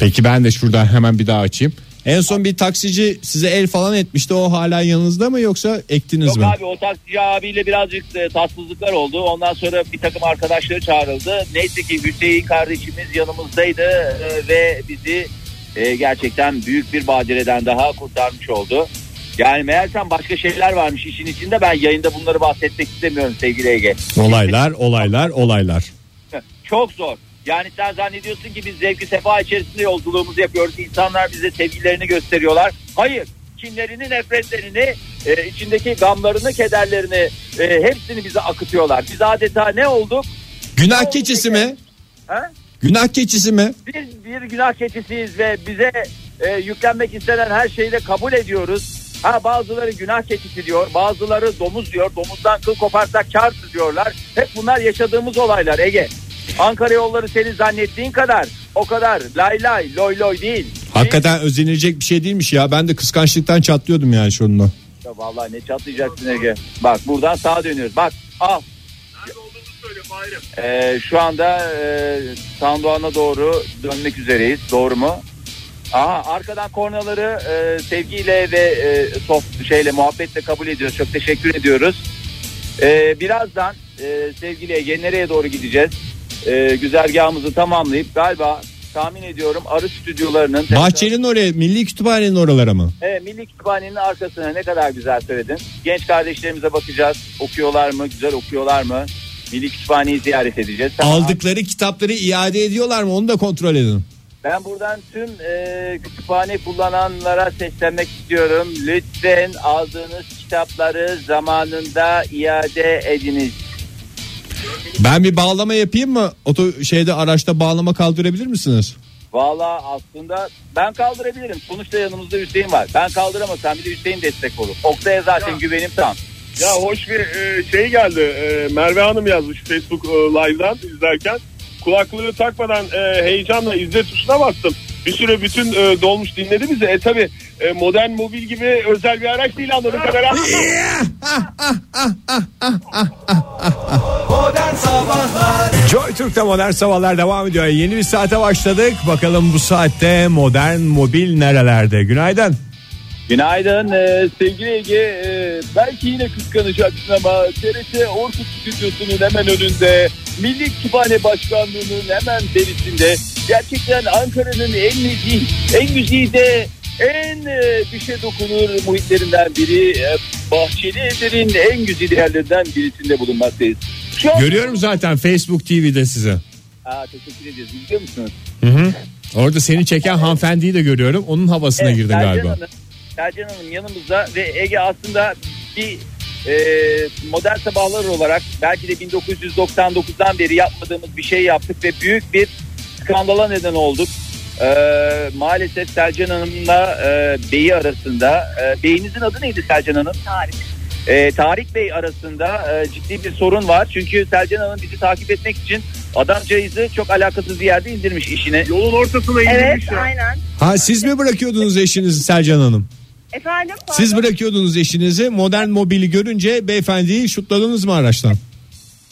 Speaker 3: Peki ben de şuradan hemen bir daha açayım. En son bir taksici size el falan etmişti. O hala yanınızda mı yoksa ektiniz
Speaker 7: Yok
Speaker 3: mi?
Speaker 7: abi o taksici abiyle birazcık e, tatsızlıklar oldu. Ondan sonra bir takım arkadaşları çağrıldı. Neyse ki Hüseyin kardeşimiz yanımızdaydı e, ve bizi e, gerçekten büyük bir badireden daha kurtarmış oldu. Yani meğersem başka şeyler varmış işin içinde. Ben yayında bunları bahsetmek istemiyorum sevgili Ege.
Speaker 3: Olaylar, olaylar, olaylar.
Speaker 7: Çok zor. Yani sen zannediyorsun ki biz zevki sefa içerisinde yolculuğumuzu yapıyoruz. İnsanlar bize sevgilerini gösteriyorlar. Hayır. Kinlerini, nefretlerini, e, içindeki gamlarını, kederlerini e, hepsini bize akıtıyorlar. Biz adeta ne olduk?
Speaker 3: Günah keçisi mi?
Speaker 7: Ha?
Speaker 3: Günah keçisi mi?
Speaker 7: Biz bir günah keçisiyiz ve bize e, yüklenmek istenen her şeyi de kabul ediyoruz. Ha bazıları günah keçisi diyor, bazıları domuz diyor. Domuzdan kıl koparsak kârdır diyorlar. Hep bunlar yaşadığımız olaylar Ege. Ankara yolları seni zannettiğin kadar o kadar lay lay loy loy değil.
Speaker 3: Hakikaten özenilecek bir şey değilmiş ya. Ben de kıskançlıktan çatlıyordum yani şununla.
Speaker 7: Ya vallahi ne çatlayacaksın Ege. Bak buradan sağa dönüyoruz. Bak al. Ee, şu anda e, Sandoğan'a doğru dönmek üzereyiz. Doğru mu? Aha arkadan kornaları e, sevgiyle ve e, soft şeyle muhabbetle kabul ediyoruz. Çok teşekkür ediyoruz. Ee, birazdan e, sevgili Ege nereye doğru gideceğiz? Ee, güzergahımızı tamamlayıp galiba tahmin ediyorum arı stüdyolarının
Speaker 3: Bahçenin oraya, Milli Kütüphanenin oralara mı?
Speaker 7: Evet, Ee, Milli Kütüphane'nin arkasına ne kadar güzel söyledin. Genç kardeşlerimize bakacağız. Okuyorlar mı? Güzel okuyorlar mı? Milli Kütüphane'yi ziyaret edeceğiz. Sen-
Speaker 3: Aldıkları kitapları iade ediyorlar mı onu da kontrol edin.
Speaker 7: Ben buradan tüm e, kütüphane kullananlara seslenmek istiyorum. Lütfen aldığınız kitapları zamanında iade ediniz.
Speaker 3: Ben bir bağlama yapayım mı? Oto şeyde araçta bağlama kaldırabilir misiniz?
Speaker 7: Valla aslında ben kaldırabilirim. Sonuçta yanımızda Hüseyin var. Ben kaldıramasam bir de Hüseyin destek olur. Oktay'a zaten güvenim tam.
Speaker 9: Ya hoş bir e, şey geldi. E, Merve Hanım yazmış Facebook e, Live'dan izlerken. Kulaklığı takmadan e, heyecanla izle tuşuna bastım. Bir süre bütün e, dolmuş dinledi bizi. E tabi e, modern mobil gibi özel bir araç değil anladığım kadarıyla.
Speaker 2: Modern Sabahlar
Speaker 3: Joy Türk'te modern sabahlar devam ediyor. Yeni bir saate başladık. Bakalım bu saatte modern mobil nerelerde? Günaydın.
Speaker 7: Günaydın e, sevgili Ege. E, belki yine kıskanacaksın ama TRT Orkut Stüdyosu'nun hemen önünde Milli Kütüphane Başkanlığı'nın hemen derisinde gerçekten Ankara'nın en nezih, en güzide, en e, düşe dokunur muhitlerinden biri e, Bahçeli Evler'in en güzide yerlerinden birisinde bulunmaktayız. Şu an...
Speaker 3: Görüyorum zaten Facebook TV'de sizi.
Speaker 7: Aa, teşekkür ederiz. Biliyor musunuz?
Speaker 3: Orada seni çeken hanımefendiyi de görüyorum. Onun havasına
Speaker 7: Evet,
Speaker 3: girdin
Speaker 7: Sercan
Speaker 3: galiba.
Speaker 7: Hanım, Sercan Hanım yanımızda ve Ege aslında bir e, modern sabahlar olarak belki de 1999'dan beri yapmadığımız bir şey yaptık ve büyük bir skandala neden olduk. E, maalesef Sercan Hanım'la e, beyi arasında e, beyinizin adı neydi Sercan Hanım? Tarık. E, Tarık Bey arasında e, ciddi bir sorun var. Çünkü Sercan Hanım bizi takip etmek için adamcağızı çok alakasız bir yerde indirmiş işine.
Speaker 9: Yolun ortasına indirmiş
Speaker 10: Evet
Speaker 9: ya.
Speaker 10: aynen.
Speaker 3: Ha siz mi bırakıyordunuz eşinizi Sercan Hanım?
Speaker 10: Efendim pardon.
Speaker 3: Siz bırakıyordunuz eşinizi. Modern mobili görünce beyefendiyi şutladınız mı araçtan?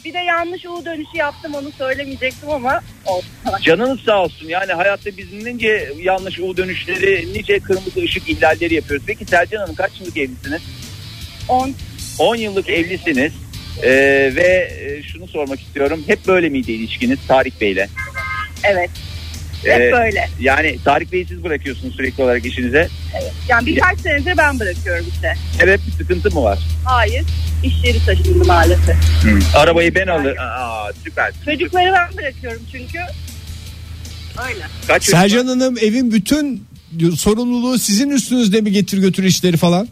Speaker 10: bir de yanlış U dönüşü yaptım onu söylemeyecektim ama olsun.
Speaker 7: Canınız sağ olsun. Yani hayatta biz nice yanlış U dönüşleri, nice kırmızı ışık ihlalleri yapıyoruz. Peki Selcan Hanım kaç yıllık evlisiniz?
Speaker 10: 10
Speaker 7: 10 yıllık evlisiniz. Ee, ve e, şunu sormak istiyorum. Hep böyle miydi ilişkiniz Tarık Bey'le?
Speaker 10: evet. Hep
Speaker 7: Ee,
Speaker 10: böyle.
Speaker 7: yani Tarık Bey'i siz bırakıyorsunuz sürekli olarak işinize.
Speaker 10: Yani birkaç senedir ben bırakıyorum işte.
Speaker 7: Evet bir sıkıntı mı var?
Speaker 10: Hayır. iş yeri taşındı maalesef.
Speaker 7: Arabayı ben alır. Aa süper.
Speaker 10: Çocukları ben bırakıyorum çünkü. Öyle.
Speaker 7: Kaç çocuk var?
Speaker 3: Sercan Hanım evin bütün sorumluluğu sizin üstünüzde mi getir götür işleri falan?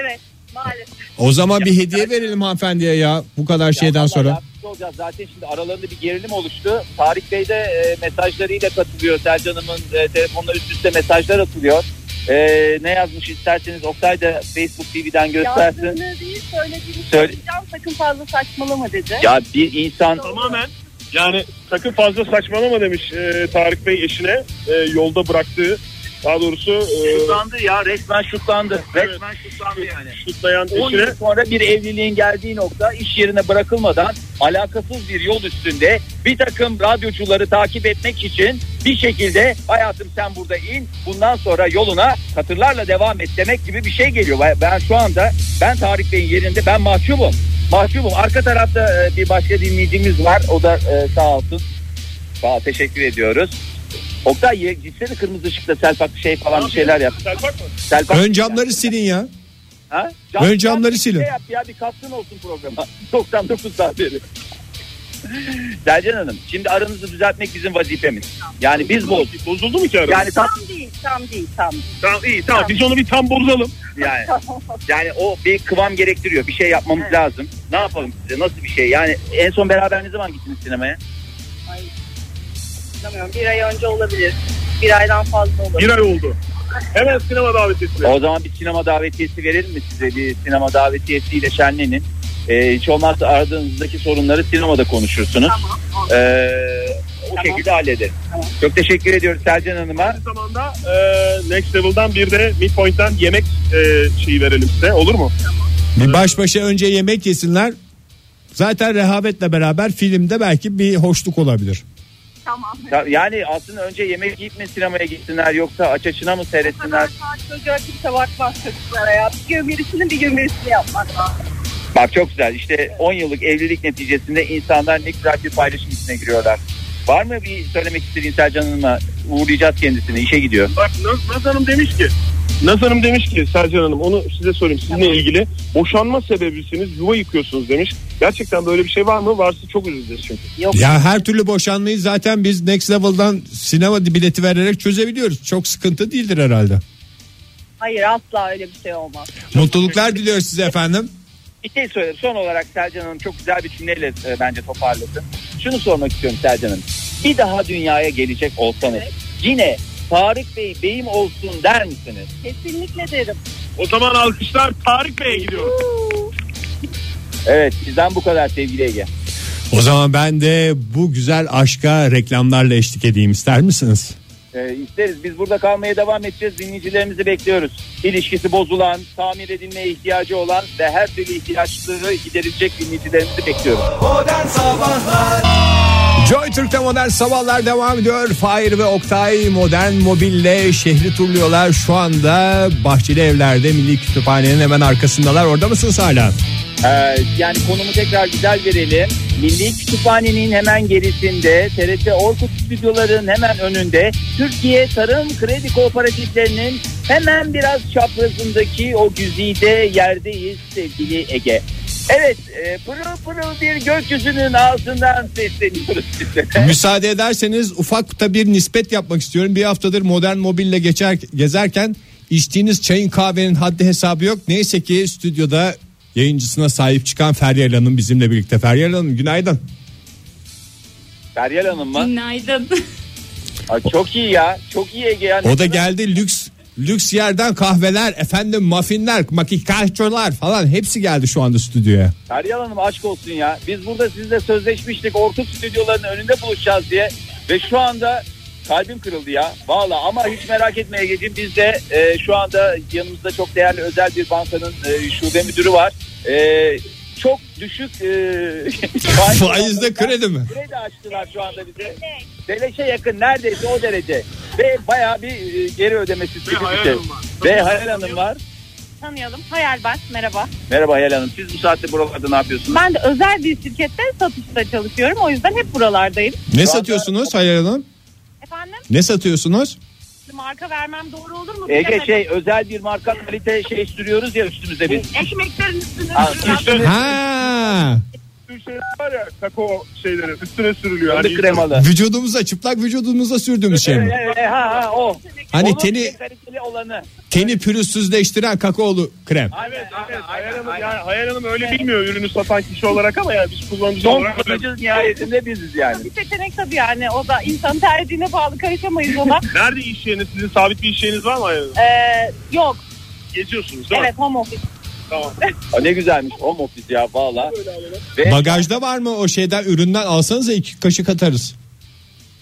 Speaker 10: Evet maalesef.
Speaker 3: O zaman bir hediye verelim hanımefendiye ya bu kadar
Speaker 7: Ya
Speaker 3: şeyden
Speaker 7: vallahi
Speaker 3: sonra.
Speaker 7: yardımcı Olacağız. Zaten şimdi aralarında bir gerilim oluştu. Tarık Bey de e, mesajlarıyla katılıyor. Selcan Hanım'ın e, telefonla üst üste mesajlar atılıyor. E, ne yazmış isterseniz Oktay da Facebook TV'den göstersin.
Speaker 10: Yazdığını değil söylediğini
Speaker 7: Söyle.
Speaker 10: söyleyeceğim sakın fazla saçmalama dedi.
Speaker 7: Ya bir insan
Speaker 9: Tamamen yani sakın fazla saçmalama demiş e, Tarık Bey eşine e, yolda bıraktığı daha doğrusu e,
Speaker 7: şutlandı ya resmen şutlandı.
Speaker 9: Evet.
Speaker 7: Resmen şutlandı yani.
Speaker 9: şutlayan
Speaker 7: 10
Speaker 9: eşine
Speaker 7: yıl sonra bir evliliğin geldiği nokta iş yerine bırakılmadan alakasız bir yol üstünde bir takım radyocuları takip etmek için bir şekilde hayatım sen burada in bundan sonra yoluna katırlarla devam et demek gibi bir şey geliyor. Ben- Ben şu anda ben Tarık Bey'in yerinde ben mahcubum. Mahcubum. Arka tarafta e, bir başka dinleyicimiz var. O da e, sağ olsun. Sağ ol, teşekkür ediyoruz. Oktay ye- gitsene kırmızı ışıkta selpak şey falan bir şeyler yap.
Speaker 9: Selpak mı?
Speaker 7: Selpak-
Speaker 3: Ön camları silin ya.
Speaker 7: Ha?
Speaker 3: Ön camları
Speaker 7: bir
Speaker 3: silin.
Speaker 7: Şey yap ya bir katkın olsun programa. 99 beri. Selcan Hanım şimdi aranızı düzeltmek bizim vazifemiz. Yani biz boz.
Speaker 9: Bozuldu mu ki araba?
Speaker 7: Yani tam
Speaker 10: Tam değil tam değil tam değil.
Speaker 9: Tamam iyi tamam biz onu bir tam bozalım.
Speaker 7: yani. Yani o bir kıvam gerektiriyor. Bir şey yapmamız
Speaker 10: Evet.
Speaker 7: lazım. Ne yapalım size? Nasıl bir şey? Yani en son beraber ne zaman gittiniz sinemaya?
Speaker 10: Ay, bilmiyorum. Bir ay önce olabilir. Bir aydan fazla olur.
Speaker 9: Bir ay oldu. Hemen sinema davetiyesi.
Speaker 7: O zaman bir sinema davetiyesi verelim mi size? Bir sinema davetiyesiyle şenlenin. Ee, hiç olmazsa aradığınızdaki sorunları sinemada konuşursunuz.
Speaker 10: Tamam. olur.
Speaker 7: Ee, o
Speaker 10: Tamam.
Speaker 7: şekilde hallederiz.
Speaker 10: Tamam.
Speaker 7: Çok teşekkür ediyoruz Selcan Hanım'a.
Speaker 9: Aynı zamanda e, Next Level'dan bir de Midpoint'ten yemek e, şeyi verelim size olur mu?
Speaker 3: Bir baş başa önce yemek yesinler. Zaten rehavetle beraber filmde belki bir hoşluk olabilir.
Speaker 10: Tamam.
Speaker 7: Ta- Yani aslında önce yemek yiyip mi sinemaya gitsinler yoksa aç açına mı
Speaker 10: O kadar
Speaker 7: seyretsinler?
Speaker 10: saat çocuğa kimse bakmaz çocuklara ya. Bir gün birisini bir gün birisini yapmak lazım.
Speaker 7: Bak çok güzel. İşte 10 yıllık evlilik neticesinde insanlar ne güzel bir paylaşım içine giriyorlar. Var mı bir söylemek istediğin Selcan Hanım'a? Uğurlayacağız kendisini. işe gidiyor.
Speaker 9: Bak Naz, Naz Hanım demiş ki Naz Hanım demiş ki Selcan Hanım onu size sorayım sizinle ilgili boşanma sebebisiniz yuva yıkıyorsunuz demiş. Gerçekten böyle bir şey var mı? Varsa çok üzüleceğiz çünkü.
Speaker 7: Yok.
Speaker 3: Ya her türlü boşanmayı zaten biz Next Level'dan sinema bileti vererek çözebiliyoruz. Çok sıkıntı değildir herhalde.
Speaker 10: Hayır asla öyle bir şey olmaz.
Speaker 3: Mutluluklar diliyoruz size efendim.
Speaker 7: Bir şey söyleyeyim. Son olarak Selcan Hanım çok güzel bir cümleyle e, bence toparladı. Şunu sormak istiyorum Selcan Hanım. Bir daha dünyaya gelecek olsanız yine Tarık Bey beyim olsun der misiniz?
Speaker 10: Kesinlikle derim.
Speaker 9: O zaman alkışlar Tarık Bey'e gidiyor.
Speaker 7: Evet sizden bu kadar sevgili Ege.
Speaker 3: O zaman ben de bu güzel aşka reklamlarla eşlik edeyim ister misiniz?
Speaker 7: E, isteriz. Biz burada kalmaya devam edeceğiz. Dinleyicilerimizi bekliyoruz. İlişkisi bozulan, tamir edilmeye ihtiyacı olan ve her türlü ihtiyaçları giderilecek dinleyicilerimizi bekliyoruz.
Speaker 2: Modern Sabahlar
Speaker 3: Joy Türk'te modern sabahlar devam ediyor. Fahir ve Oktay modern mobille şehri turluyorlar. Şu anda Bahçeli Evler'de Milli Kütüphane'nin hemen arkasındalar. Orada mısınız hala?
Speaker 7: Ee, yani konumu tekrar güzel verelim. Milli Kütüphane'nin hemen gerisinde TRT Orkut stüdyolarının hemen önünde Türkiye Tarım Kredi Kooperatiflerinin hemen biraz çaprazındaki o güzide yerdeyiz sevgili Ege. Evet e, pırıl pırıl bir gökyüzünün altından sesleniyoruz size.
Speaker 3: Müsaade ederseniz ufak da bir nispet yapmak istiyorum. Bir haftadır modern mobille geçer, gezerken içtiğiniz çayın kahvenin haddi hesabı yok. Neyse ki stüdyoda yayıncısına sahip çıkan Feryal Hanım bizimle birlikte. Feryal Hanım günaydın.
Speaker 7: Feryal Hanım mı?
Speaker 11: Günaydın.
Speaker 7: Ay, çok iyi ya. Çok iyi Ege. ya.
Speaker 3: O da geldi lüks lüks yerden kahveler, efendim muffinler, makikahçolar falan hepsi geldi şu anda stüdyoya.
Speaker 7: Feryal Hanım aşk olsun ya. Biz burada sizinle sözleşmiştik. Orkut stüdyolarının önünde buluşacağız diye. Ve şu anda kalbim kırıldı ya. Valla ama hiç merak etme Ege'ciğim. Biz de e, şu anda yanımızda çok değerli özel bir bankanın e, şube müdürü var. E, çok düşük e, faiz
Speaker 3: Faizde kredi mi?
Speaker 7: kredi açtılar şu anda bize. Beleşe yakın neredeyse o derece. Ve bayağı bir e, geri ödemesi.
Speaker 9: Ve Hayal Hanım var.
Speaker 7: Ve Hayal Hanım var.
Speaker 11: Tanıyalım. Hayal ben. Merhaba.
Speaker 7: Merhaba Hayal Hanım. Siz bu saatte buralarda ne yapıyorsunuz?
Speaker 11: Ben de özel bir şirkette satışta çalışıyorum. O yüzden hep buralardayım.
Speaker 3: Ne satıyorsunuz Hayal Hanım?
Speaker 11: Efendim
Speaker 3: Ne satıyorsunuz?
Speaker 11: marka vermem doğru olur mu?
Speaker 7: Ege
Speaker 11: Bilemedim.
Speaker 7: şey özel bir marka kalite şey sürüyoruz ya üstümüze biz.
Speaker 11: Ekmeklerin üstüne.
Speaker 7: Ha,
Speaker 9: Üstüne
Speaker 3: Ha,
Speaker 9: sürülen şey var ya kakao şeyleri üstüne sürülüyor. Hani
Speaker 7: Fındık kremalı.
Speaker 3: vücudumuza çıplak vücudumuza sürdüğümüz şey mi?
Speaker 7: Evet, evet, ha ha o.
Speaker 3: Hani
Speaker 7: Onun
Speaker 3: teni-
Speaker 7: en kaliteli olanı.
Speaker 3: Teni pürüzsüzleştiren kakaolu krem.
Speaker 9: Evet, evet. Hayal Hanım, yani Hayal Hanım öyle bilmiyor ürünü satan kişi olarak ama yani biz kullanıcı
Speaker 7: Son
Speaker 9: olarak öyle.
Speaker 7: kullanıcı nihayetinde biziz yani.
Speaker 11: Bir seçenek tabii yani o da insan tercihine bağlı karışamayız ona.
Speaker 9: Nerede iş yeriniz? Sizin sabit bir iş yeriniz var mı Hayal Hanım?
Speaker 11: Ee, yok
Speaker 9: Geziyorsunuz değil mi?
Speaker 11: evet home office.
Speaker 9: Tamam.
Speaker 7: Aa, ne güzelmiş home office ya valla. Ve
Speaker 3: Bagajda var mı o şeyden üründen alsanız iki kaşık atarız.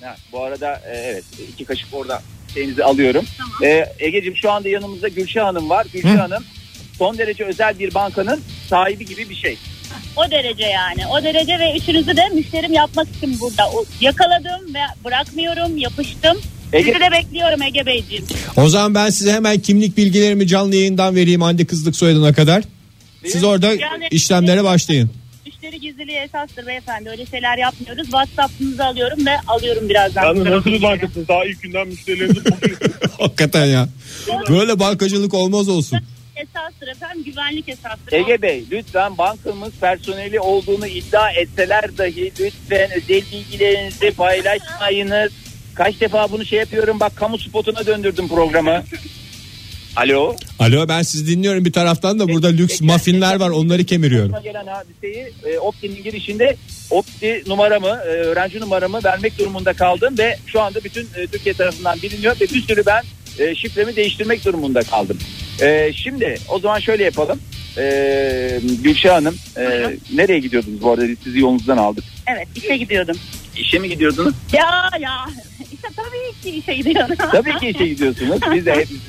Speaker 7: Ha, bu arada e, evet iki kaşık orada şeyinizi alıyorum. E, Ege'cim şu anda yanımızda Gülşah Hanım var. Gülşah Hanım son derece özel bir bankanın sahibi gibi bir şey.
Speaker 11: O derece yani. O derece ve üçünüzü de müşterim yapmak için burada. O- yakaladım ve bırakmıyorum, yapıştım.
Speaker 7: Ege-
Speaker 11: Sizi de bekliyorum Ege Beyciğim.
Speaker 3: O zaman ben size hemen kimlik bilgilerimi canlı yayından vereyim Hande Kızlık soyadına kadar. Siz orada
Speaker 11: Yani-
Speaker 3: işlemlere başlayın.
Speaker 11: Müşteri gizliliği esastır beyefendi. Öyle şeyler yapmıyoruz. WhatsApp'ınızı alıyorum ve alıyorum birazdan.
Speaker 9: Yani nasıl bankasınız? Daha ilk günden müşterilerinizi buluyorsunuz.
Speaker 3: Hakikaten ya. Böyle bankacılık olmaz olsun.
Speaker 11: Esastır efendim. Güvenlik esastır.
Speaker 7: Ege Bey lütfen bankamız personeli olduğunu iddia etseler dahi lütfen özel bilgilerinizi paylaşmayınız. Kaç defa bunu şey yapıyorum bak kamu spotuna döndürdüm programı. Alo.
Speaker 3: Alo ben sizi dinliyorum bir taraftan da burada lüks muffinler var onları kemiriyorum.
Speaker 7: Başıma Gelen hadiseyi e, Opti'nin girişinde Opti numaramı, e, öğrenci numaramı vermek durumunda kaldım ve şu anda bütün e, Türkiye tarafından biliniyor ve bir sürü ben e, şifremi değiştirmek durumunda kaldım. E, şimdi o zaman şöyle yapalım. E, Gülşah Hanım e, nereye gidiyordunuz bu arada sizi yolunuzdan aldık.
Speaker 11: Evet işe gidiyordum.
Speaker 7: İşe mi gidiyordunuz?
Speaker 11: Ya ya. İşte tabii ki işe gidiyorum.
Speaker 7: Tabii ki işe gidiyorsunuz. Biz de hepimiz.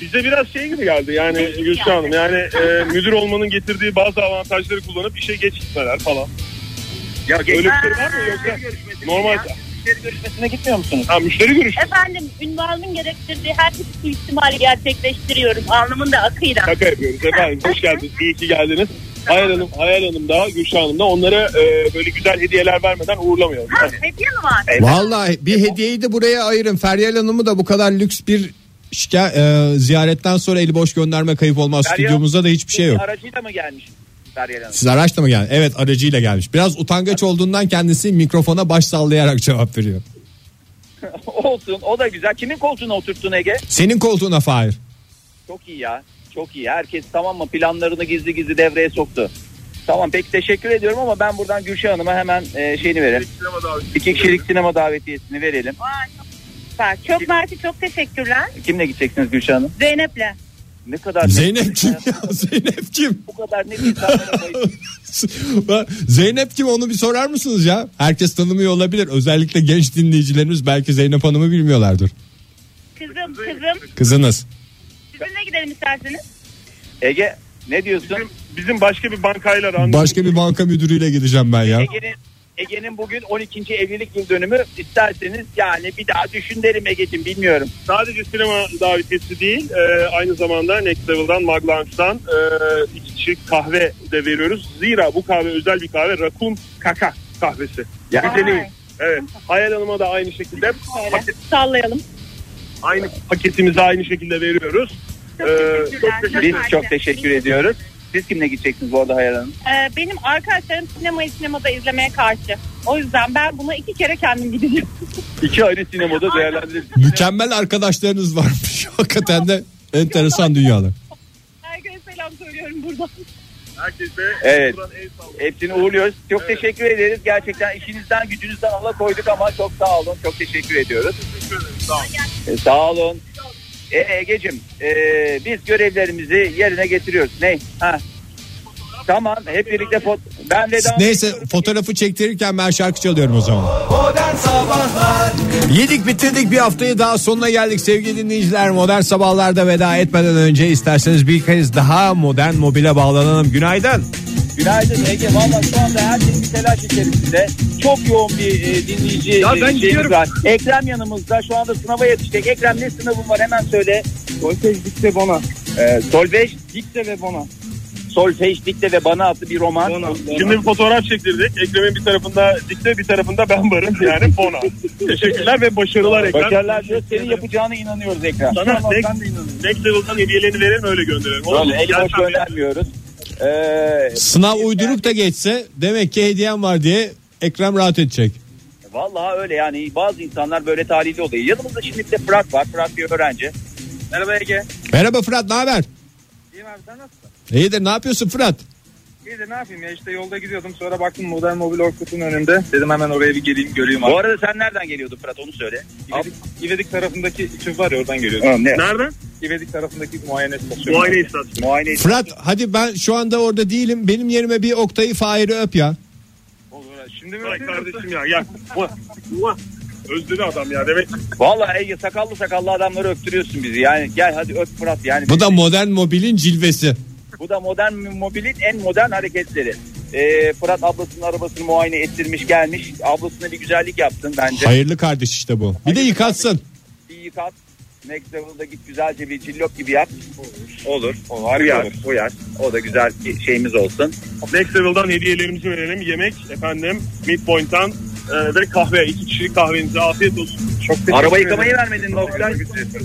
Speaker 9: Bize biraz şey gibi geldi yani Gülşah Hanım. Yani e, müdür olmanın getirdiği bazı avantajları kullanıp işe geç gitmeler falan.
Speaker 7: Ya
Speaker 9: Öyle bir şey var mı yoksa? Normal.
Speaker 7: görüşmesine gitmiyor musunuz?
Speaker 9: Ha müşteri görüşü.
Speaker 11: Efendim ünvanımın gerektirdiği her türlü suistimali gerçekleştiriyorum. Alnımın da akıyla.
Speaker 9: Şaka yapıyoruz efendim. Hoş geldiniz. İyi ki geldiniz.
Speaker 4: Hayal Hanım, Hayal Hanım da Gülşah Hanım da onlara e, böyle güzel hediyeler vermeden uğurlamıyor.
Speaker 9: Ha, hediye mi var?
Speaker 3: Vallahi bir hediyeyi de buraya ayırın. Feryal Hanım'ı da bu kadar lüks bir şika- e, ziyaretten sonra eli boş gönderme kayıp olmaz.
Speaker 7: Feryal-
Speaker 3: Stüdyomuzda da hiçbir şey yok.
Speaker 7: Aracıyla mı gelmiş? Feryal Hanım.
Speaker 3: Siz araçla mı geldiniz? Evet aracıyla gelmiş. Biraz utangaç olduğundan kendisi mikrofona baş sallayarak cevap veriyor.
Speaker 7: Olsun o da güzel. Kimin koltuğuna oturttun Ege?
Speaker 3: Senin koltuğuna Fahir.
Speaker 7: Çok iyi ya. Çok iyi. Herkes tamam mı planlarını gizli gizli devreye soktu. Tamam peki teşekkür ediyorum ama ben buradan Gülşah Hanım'a hemen e, şeyini vereyim. İki kişilik sinema davetiyesini verelim.
Speaker 9: Vay, çok süper. Çok mersi çok teşekkürler.
Speaker 7: Kimle gideceksiniz Gülşah Hanım?
Speaker 9: Zeynep'le.
Speaker 7: Ne kadar
Speaker 3: Zeynep kim ya? Zeynep kim?
Speaker 7: Bu kadar ne insanlara bayılıyor.
Speaker 3: Zeynep kim onu bir sorar mısınız ya? Herkes tanımıyor olabilir. Özellikle genç dinleyicilerimiz belki Zeynep Hanım'ı bilmiyorlardır.
Speaker 9: Kızım kızım
Speaker 3: Kızınız.
Speaker 9: sizinle gidelim isterseniz.
Speaker 7: Ege ne diyorsun?
Speaker 4: Bizim, bizim başka bir bankayla randevu.
Speaker 3: Başka bir banka müdürüyle gideceğim ben ya.
Speaker 7: Ege'nin Ege'nin bugün 12. evlilik yıl dönümü isterseniz yani bir daha düşün derim Ege'cim bilmiyorum.
Speaker 4: Sadece sinema davetiyesi değil e, aynı zamanda Next Level'dan Mug Lounge'dan e, iki kişilik kahve de veriyoruz. Zira bu kahve özel bir kahve. Rakun Kaka kahvesi.
Speaker 7: Ya.
Speaker 4: Güzeli. Evet. Hayal Hanım'a da aynı şekilde paket,
Speaker 9: Sallayalım.
Speaker 4: aynı paketimizi aynı şekilde veriyoruz.
Speaker 9: Çok
Speaker 4: Ee,
Speaker 9: teşekkürler.
Speaker 4: çok
Speaker 7: Biz
Speaker 9: mersi.
Speaker 7: çok teşekkür ediyoruz. Siz kimle gideceksiniz bu arada Hayal Hanım?
Speaker 9: Ee, benim arkadaşlarım sinemayı sinemada izlemeye karşı. O yüzden ben buna iki kere kendim gideceğim.
Speaker 7: İki ayrı sinemada değerlendiririz.
Speaker 3: Mükemmel arkadaşlarınız varmış. Hakikaten de enteresan dünyalar.
Speaker 9: Herkese selam söylüyorum buradan.
Speaker 4: Herkese
Speaker 7: Evet.
Speaker 4: buradan el sallayın.
Speaker 7: Hepsini uğurluyoruz. Çok teşekkür ederiz. Gerçekten işinizden gücünüzden ala koyduk ama çok sağ olun. Çok teşekkür ediyoruz. Ee, sağ olun. E, Ege'cim e, biz görevlerimizi yerine getiriyoruz. Ne? Ha. Tamam hep birlikte fot ben veda
Speaker 3: Neyse fotoğrafı çektirirken ben şarkı çalıyorum o zaman.
Speaker 2: Modern Sabahlar
Speaker 3: Yedik bitirdik bir haftayı daha sonuna geldik sevgili dinleyiciler. Modern sabahlarda veda etmeden önce isterseniz bir kez daha modern mobile bağlanalım. Günaydın.
Speaker 7: Günaydın Ege. Valla şu anda herkes bir telaş içerisinde. Çok yoğun bir e, dinleyici
Speaker 4: Ya ben
Speaker 7: e, şeyimiz
Speaker 4: gidiyorum.
Speaker 7: var. Ekrem yanımızda. Şu anda sınava yetişecek. Ekrem ne sınavın var hemen söyle. Solfej dikte bana. Ee, solfej dikte ve bana. Solfej dikte ve bana adlı bir roman.
Speaker 4: Şimdi bir fotoğraf çektirdik. Ekrem'in bir tarafında Dikte bir tarafında ben varım. Yani Bona. Teşekkürler ve başarılar Ekrem.
Speaker 7: Başarılar diyoruz. Senin yapacağına inanıyoruz Ekrem.
Speaker 4: Sana Next, next Level'dan hediyelerini verelim öyle gönderelim. Olur mu?
Speaker 7: Böyle eli
Speaker 4: Gel
Speaker 7: boş
Speaker 4: sen de.
Speaker 7: göndermiyoruz. Ee,
Speaker 3: Sınav uydurup da geçse demek ki hediyem var diye Ekrem rahat edecek.
Speaker 7: Vallahi öyle yani bazı insanlar böyle talihli oluyor. Yanımızda şimdi bir de Fırat var. Fırat bir öğrenci. Merhaba Ege.
Speaker 3: Merhaba Fırat ne haber?
Speaker 7: İyiyim abi sen nasılsın?
Speaker 3: İyidir ne yapıyorsun Fırat?
Speaker 7: İyi de ne yapayım ya işte yolda gidiyordum sonra baktım Modern Mobil Orkut'un önünde. Dedim hemen oraya bir geleyim göreyim abi. Bu arada sen nereden geliyordun Fırat onu söyle. İvedik, tarafındaki tüp var ya oradan geliyordum. ne?
Speaker 4: Nereden?
Speaker 7: İvedik tarafındaki muayene istasyonu.
Speaker 4: Muayene istasyonu.
Speaker 7: Muayene
Speaker 3: Fırat hadi ben şu anda orada değilim. Benim yerime bir Oktay'ı Fahir'i öp ya.
Speaker 4: Şimdi mi? kardeşim ya. Ya. Muah, muah. Özledi adam ya. Demek
Speaker 7: Valla Ege sakallı sakallı adamları öptürüyorsun bizi. Yani gel hadi öp Fırat yani.
Speaker 3: Bu da modern mobilin cilvesi.
Speaker 7: Bu da modern mobilin en modern hareketleri. Ee, Fırat ablasının arabasını muayene ettirmiş gelmiş. Ablasına bir güzellik yaptın bence.
Speaker 3: Hayırlı kardeş işte bu. Bir de yıkatsın.
Speaker 7: Bir yıkat. Next level'da git güzelce bir cillop gibi yap. Olur. Olur. Uyar, uyar. O da güzel bir şeyimiz olsun.
Speaker 4: Next Level'dan hediyelerimizi verelim. Yemek efendim Midpoint'tan e, ve kahve. iki kişilik kahvenize afiyet olsun. Çok
Speaker 7: Araba yıkamayı vermedin mi Oktay?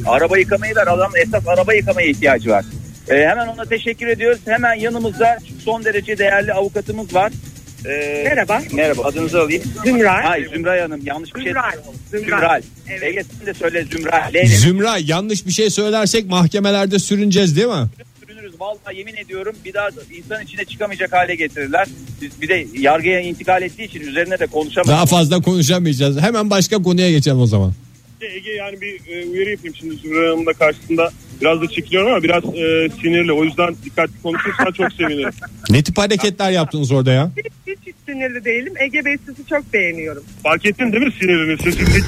Speaker 7: Araba yıkamayı ver. Adam esas araba yıkamaya ihtiyacı var. Ee, hemen ona teşekkür ediyoruz. Hemen yanımızda son derece değerli avukatımız var. Ee,
Speaker 12: Merhaba.
Speaker 7: Merhaba. Adınızı alayım.
Speaker 12: Zümray.
Speaker 7: Hayır Zümray Hanım. Yanlış bir şey.
Speaker 12: Zümray. Zümray.
Speaker 7: Zümray.
Speaker 12: Evet.
Speaker 7: Ege sen de söyle Zümray. Leyle.
Speaker 3: Zümra yanlış bir şey söylersek mahkemelerde sürüneceğiz değil mi?
Speaker 7: sürünürüz. Vallahi yemin ediyorum bir daha insan içine çıkamayacak hale getirirler. Biz bir de yargıya intikal ettiği için üzerine de konuşamayız.
Speaker 3: Daha fazla konuşamayacağız. Hemen başka konuya geçelim o zaman.
Speaker 4: Ege yani bir e, uyarı yapayım şimdi Zümra Hanım'ın da karşısında. Biraz da çekiliyorum ama biraz e, sinirli. O yüzden dikkatli konuşursan çok sevinirim.
Speaker 3: Ne tip hareketler yaptınız orada ya?
Speaker 12: Hiç, hiç, hiç sinirli değilim. Ege Bey sizi çok beğeniyorum.
Speaker 4: Fark ettin değil mi sinirini? Sesin hiç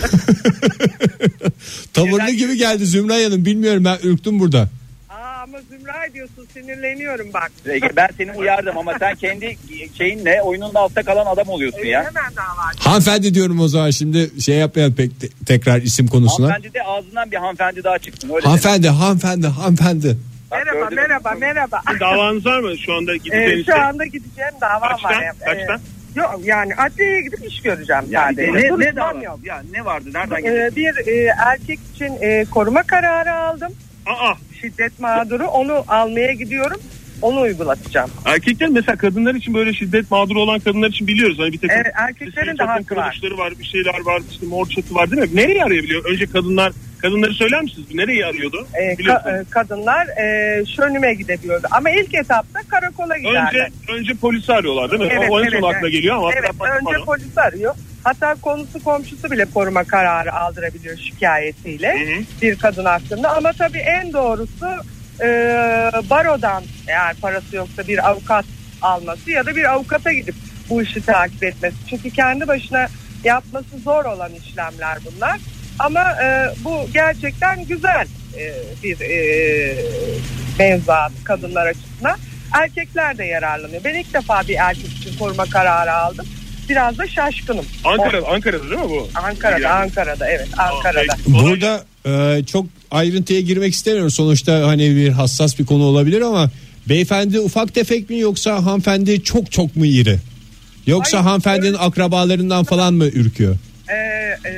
Speaker 3: Tavırlı gibi geldi Zümra Hanım. Bilmiyorum ben ürktüm burada.
Speaker 12: Aa, ama Zümray diyorsun sinirleniyorum bak.
Speaker 7: Ege, ben seni uyardım ama sen kendi şeyinle oyunun da altta kalan adam oluyorsun ya.
Speaker 12: Hemen dava.
Speaker 3: Hanımefendi diyorum o zaman şimdi şey yapmayalım pek te- tekrar isim konusuna.
Speaker 7: Hanımefendi de ağzından bir hanımefendi daha çıktın. Öyle
Speaker 3: Hanımefendi, hanımefendi, hanımefendi.
Speaker 12: Merhaba merhaba merhaba.
Speaker 9: Davanız var mı şu anda gidip
Speaker 12: Ee,
Speaker 9: enişte?
Speaker 12: şu anda gideceğim davam
Speaker 9: Kaçtan?
Speaker 12: var. Ee,
Speaker 9: Kaçtan?
Speaker 12: Yok yani adliyeye gidip iş göreceğim
Speaker 7: Yani
Speaker 12: sadece.
Speaker 7: ne, ne,
Speaker 12: Duruşmam
Speaker 7: dava-
Speaker 12: yok.
Speaker 7: Ya ne vardı? Nereden
Speaker 12: Ee, bir e, erkek için e, koruma kararı aldım.
Speaker 9: Aa,
Speaker 12: Şiddet mağduru onu almaya gidiyorum. Onu uygulatacağım.
Speaker 9: erkekler mesela kadınlar için böyle şiddet mağduru olan kadınlar için biliyoruz. Hani bir takım
Speaker 12: Evet, erkeklerin de hakkı var.
Speaker 9: kılıçları var, bir şeyler var, işte mor çatı var değil mi? Nereye arayabiliyor? Önce kadınlar, kadınları söyler misiniz? Nereye arıyordu?
Speaker 12: Ee,
Speaker 9: Biliyorsunuz.
Speaker 12: ka- e, kadınlar e, şönüme gidebiliyordu. Ama ilk etapta karakola giderler.
Speaker 9: önce, önce polisi arıyorlar değil mi?
Speaker 12: Evet,
Speaker 9: o en son
Speaker 12: evet,
Speaker 9: akla
Speaker 12: evet.
Speaker 9: geliyor ama.
Speaker 12: Evet, önce polis arıyor. Hatta konusu komşusu bile koruma kararı aldırabiliyor şikayetiyle bir kadın hakkında. Ama tabii en doğrusu e, barodan eğer parası yoksa bir avukat alması ya da bir avukata gidip bu işi takip etmesi. Çünkü kendi başına yapması zor olan işlemler bunlar. Ama e, bu gerçekten güzel e, bir e, mevzuat kadınlar açısından. Erkekler de yararlanıyor. Ben ilk defa bir erkek için koruma kararı aldım. Biraz da şaşkınım.
Speaker 9: Ankara'da, Ankara'da değil mi bu?
Speaker 12: O- Ankara'da, Ankara'da evet Ankara'da.
Speaker 3: Burada e, çok ayrıntıya girmek istemiyorum. Sonuçta hani bir hassas bir konu olabilir ama beyefendi ufak tefek mi yoksa hanımefendi çok çok mu iri? Yoksa
Speaker 12: Hayır,
Speaker 3: hanımefendinin akrabalarından falan mı ürküyor?
Speaker 12: Ee, e,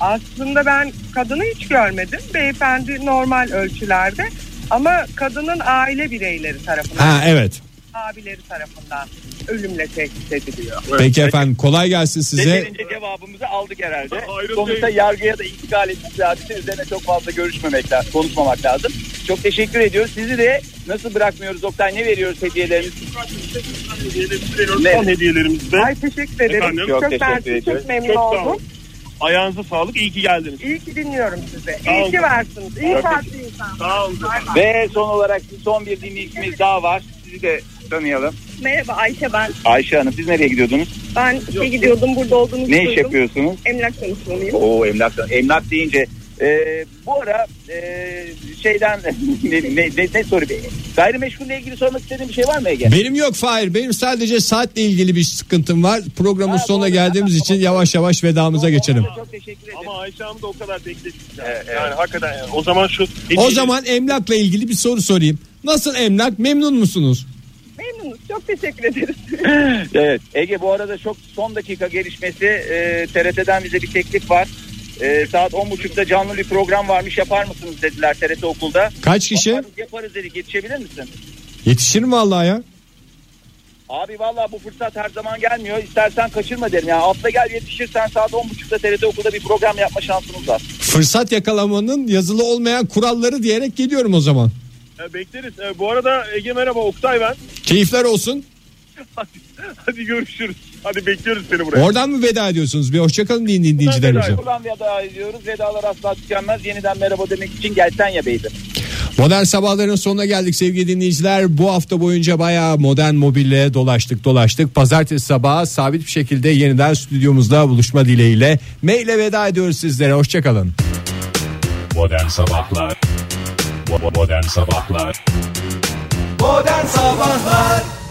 Speaker 12: aslında ben kadını hiç görmedim. Beyefendi normal ölçülerde ama kadının aile bireyleri tarafından,
Speaker 3: Ha evet.
Speaker 12: abileri tarafından ölümle tehdit ediliyor.
Speaker 3: Peki efendim kolay gelsin size.
Speaker 7: Yeterince cevabımızı aldık herhalde.
Speaker 9: Ayrıldı.
Speaker 7: Sonuçta yargıya da intikal etmek lazım. Üzerine çok fazla görüşmemek lazım, konuşmamak lazım. Çok teşekkür ediyoruz. Sizi de nasıl bırakmıyoruz Oktay? Ne veriyoruz hediyelerimiz?
Speaker 9: Veriyoruz son hediyelerimizde.
Speaker 12: Ay teşekkür ederim.
Speaker 9: Efendim?
Speaker 12: çok
Speaker 7: Çok teşekkür
Speaker 12: mersi,
Speaker 7: ediyoruz.
Speaker 12: çok memnun
Speaker 9: Çok sağ
Speaker 12: oldum.
Speaker 9: olun. Ayağınıza sağlık. İyi ki geldiniz.
Speaker 12: İyi ki dinliyorum sizi.
Speaker 9: Sağ olun.
Speaker 12: İyi ki varsınız. İyi
Speaker 7: Çok
Speaker 12: parti insanlar.
Speaker 9: Sağ olun.
Speaker 7: Ve son olarak son bir dinleyicimiz daha var. Sizi de tanıyalım.
Speaker 10: Merhaba Ayşe ben.
Speaker 7: Ayşe Hanım siz nereye gidiyordunuz?
Speaker 10: Ben işe gidiyordum burada olduğunuzu
Speaker 7: Ne iş
Speaker 10: duydum.
Speaker 7: yapıyorsunuz?
Speaker 10: Emlak çalışmalıyım.
Speaker 7: Oo emlak emlak deyince e, bu ara e, şeyden ne, ne, ne, ne soru bir gayrimeşgulle ilgili sormak istediğim bir şey var mı Ege?
Speaker 3: Benim yok Fahir. Benim sadece saatle ilgili bir sıkıntım var. Programın
Speaker 7: Ha,
Speaker 3: sonuna
Speaker 7: doğru.
Speaker 3: geldiğimiz için yavaş yavaş vedamıza geçelim.
Speaker 7: Çok teşekkür ederim.
Speaker 9: Ama Ayşe Hanım da o kadar bekletmiş. Yani,
Speaker 7: Evet, evet.
Speaker 9: yani hakikaten yani. o zaman şu...
Speaker 7: E,
Speaker 3: O zaman emlakla ilgili bir soru sorayım. Nasıl emlak? Memnun musunuz?
Speaker 10: Memnunuz. Çok teşekkür ederiz.
Speaker 7: Evet Ege bu arada çok son dakika gelişmesi e, TRT'den bize bir teklif var. E, saat 10.30'da canlı bir program varmış yapar mısınız dediler TRT okulda.
Speaker 3: Kaç kişi?
Speaker 7: Yaparız, yaparız dedik yetişebilir misin?
Speaker 3: Yetişir mi vallahi ya?
Speaker 7: Abi vallahi bu fırsat her zaman gelmiyor. İstersen kaçırma derim. Yani atla gel yetişirsen saat 10.30'da TRT okulda bir program yapma şansımız var.
Speaker 3: Fırsat yakalamanın yazılı olmayan kuralları diyerek geliyorum o zaman.
Speaker 9: E, bekleriz. E, bu arada Ege merhaba. Oktay ben.
Speaker 3: Keyifler olsun.
Speaker 9: Hadi, hadi görüşürüz. Hadi bekliyoruz seni buraya.
Speaker 3: Oradan mı veda ediyorsunuz? Bir hoşçakalın deyin dinleyicilerimize.
Speaker 7: Buradan veda ediyoruz. Vedalar asla tükenmez. Yeniden merhaba demek için gelsen ya beydim.
Speaker 3: Modern sabahların sonuna geldik sevgili dinleyiciler. Bu hafta boyunca bayağı modern mobille dolaştık dolaştık. Pazartesi sabahı sabit bir şekilde yeniden stüdyomuzda buluşma dileğiyle. Maile veda ediyoruz sizlere. Hoşçakalın.
Speaker 1: Modern Sabahlar Bo- Modern Sabahlar
Speaker 2: Modern Sabahlar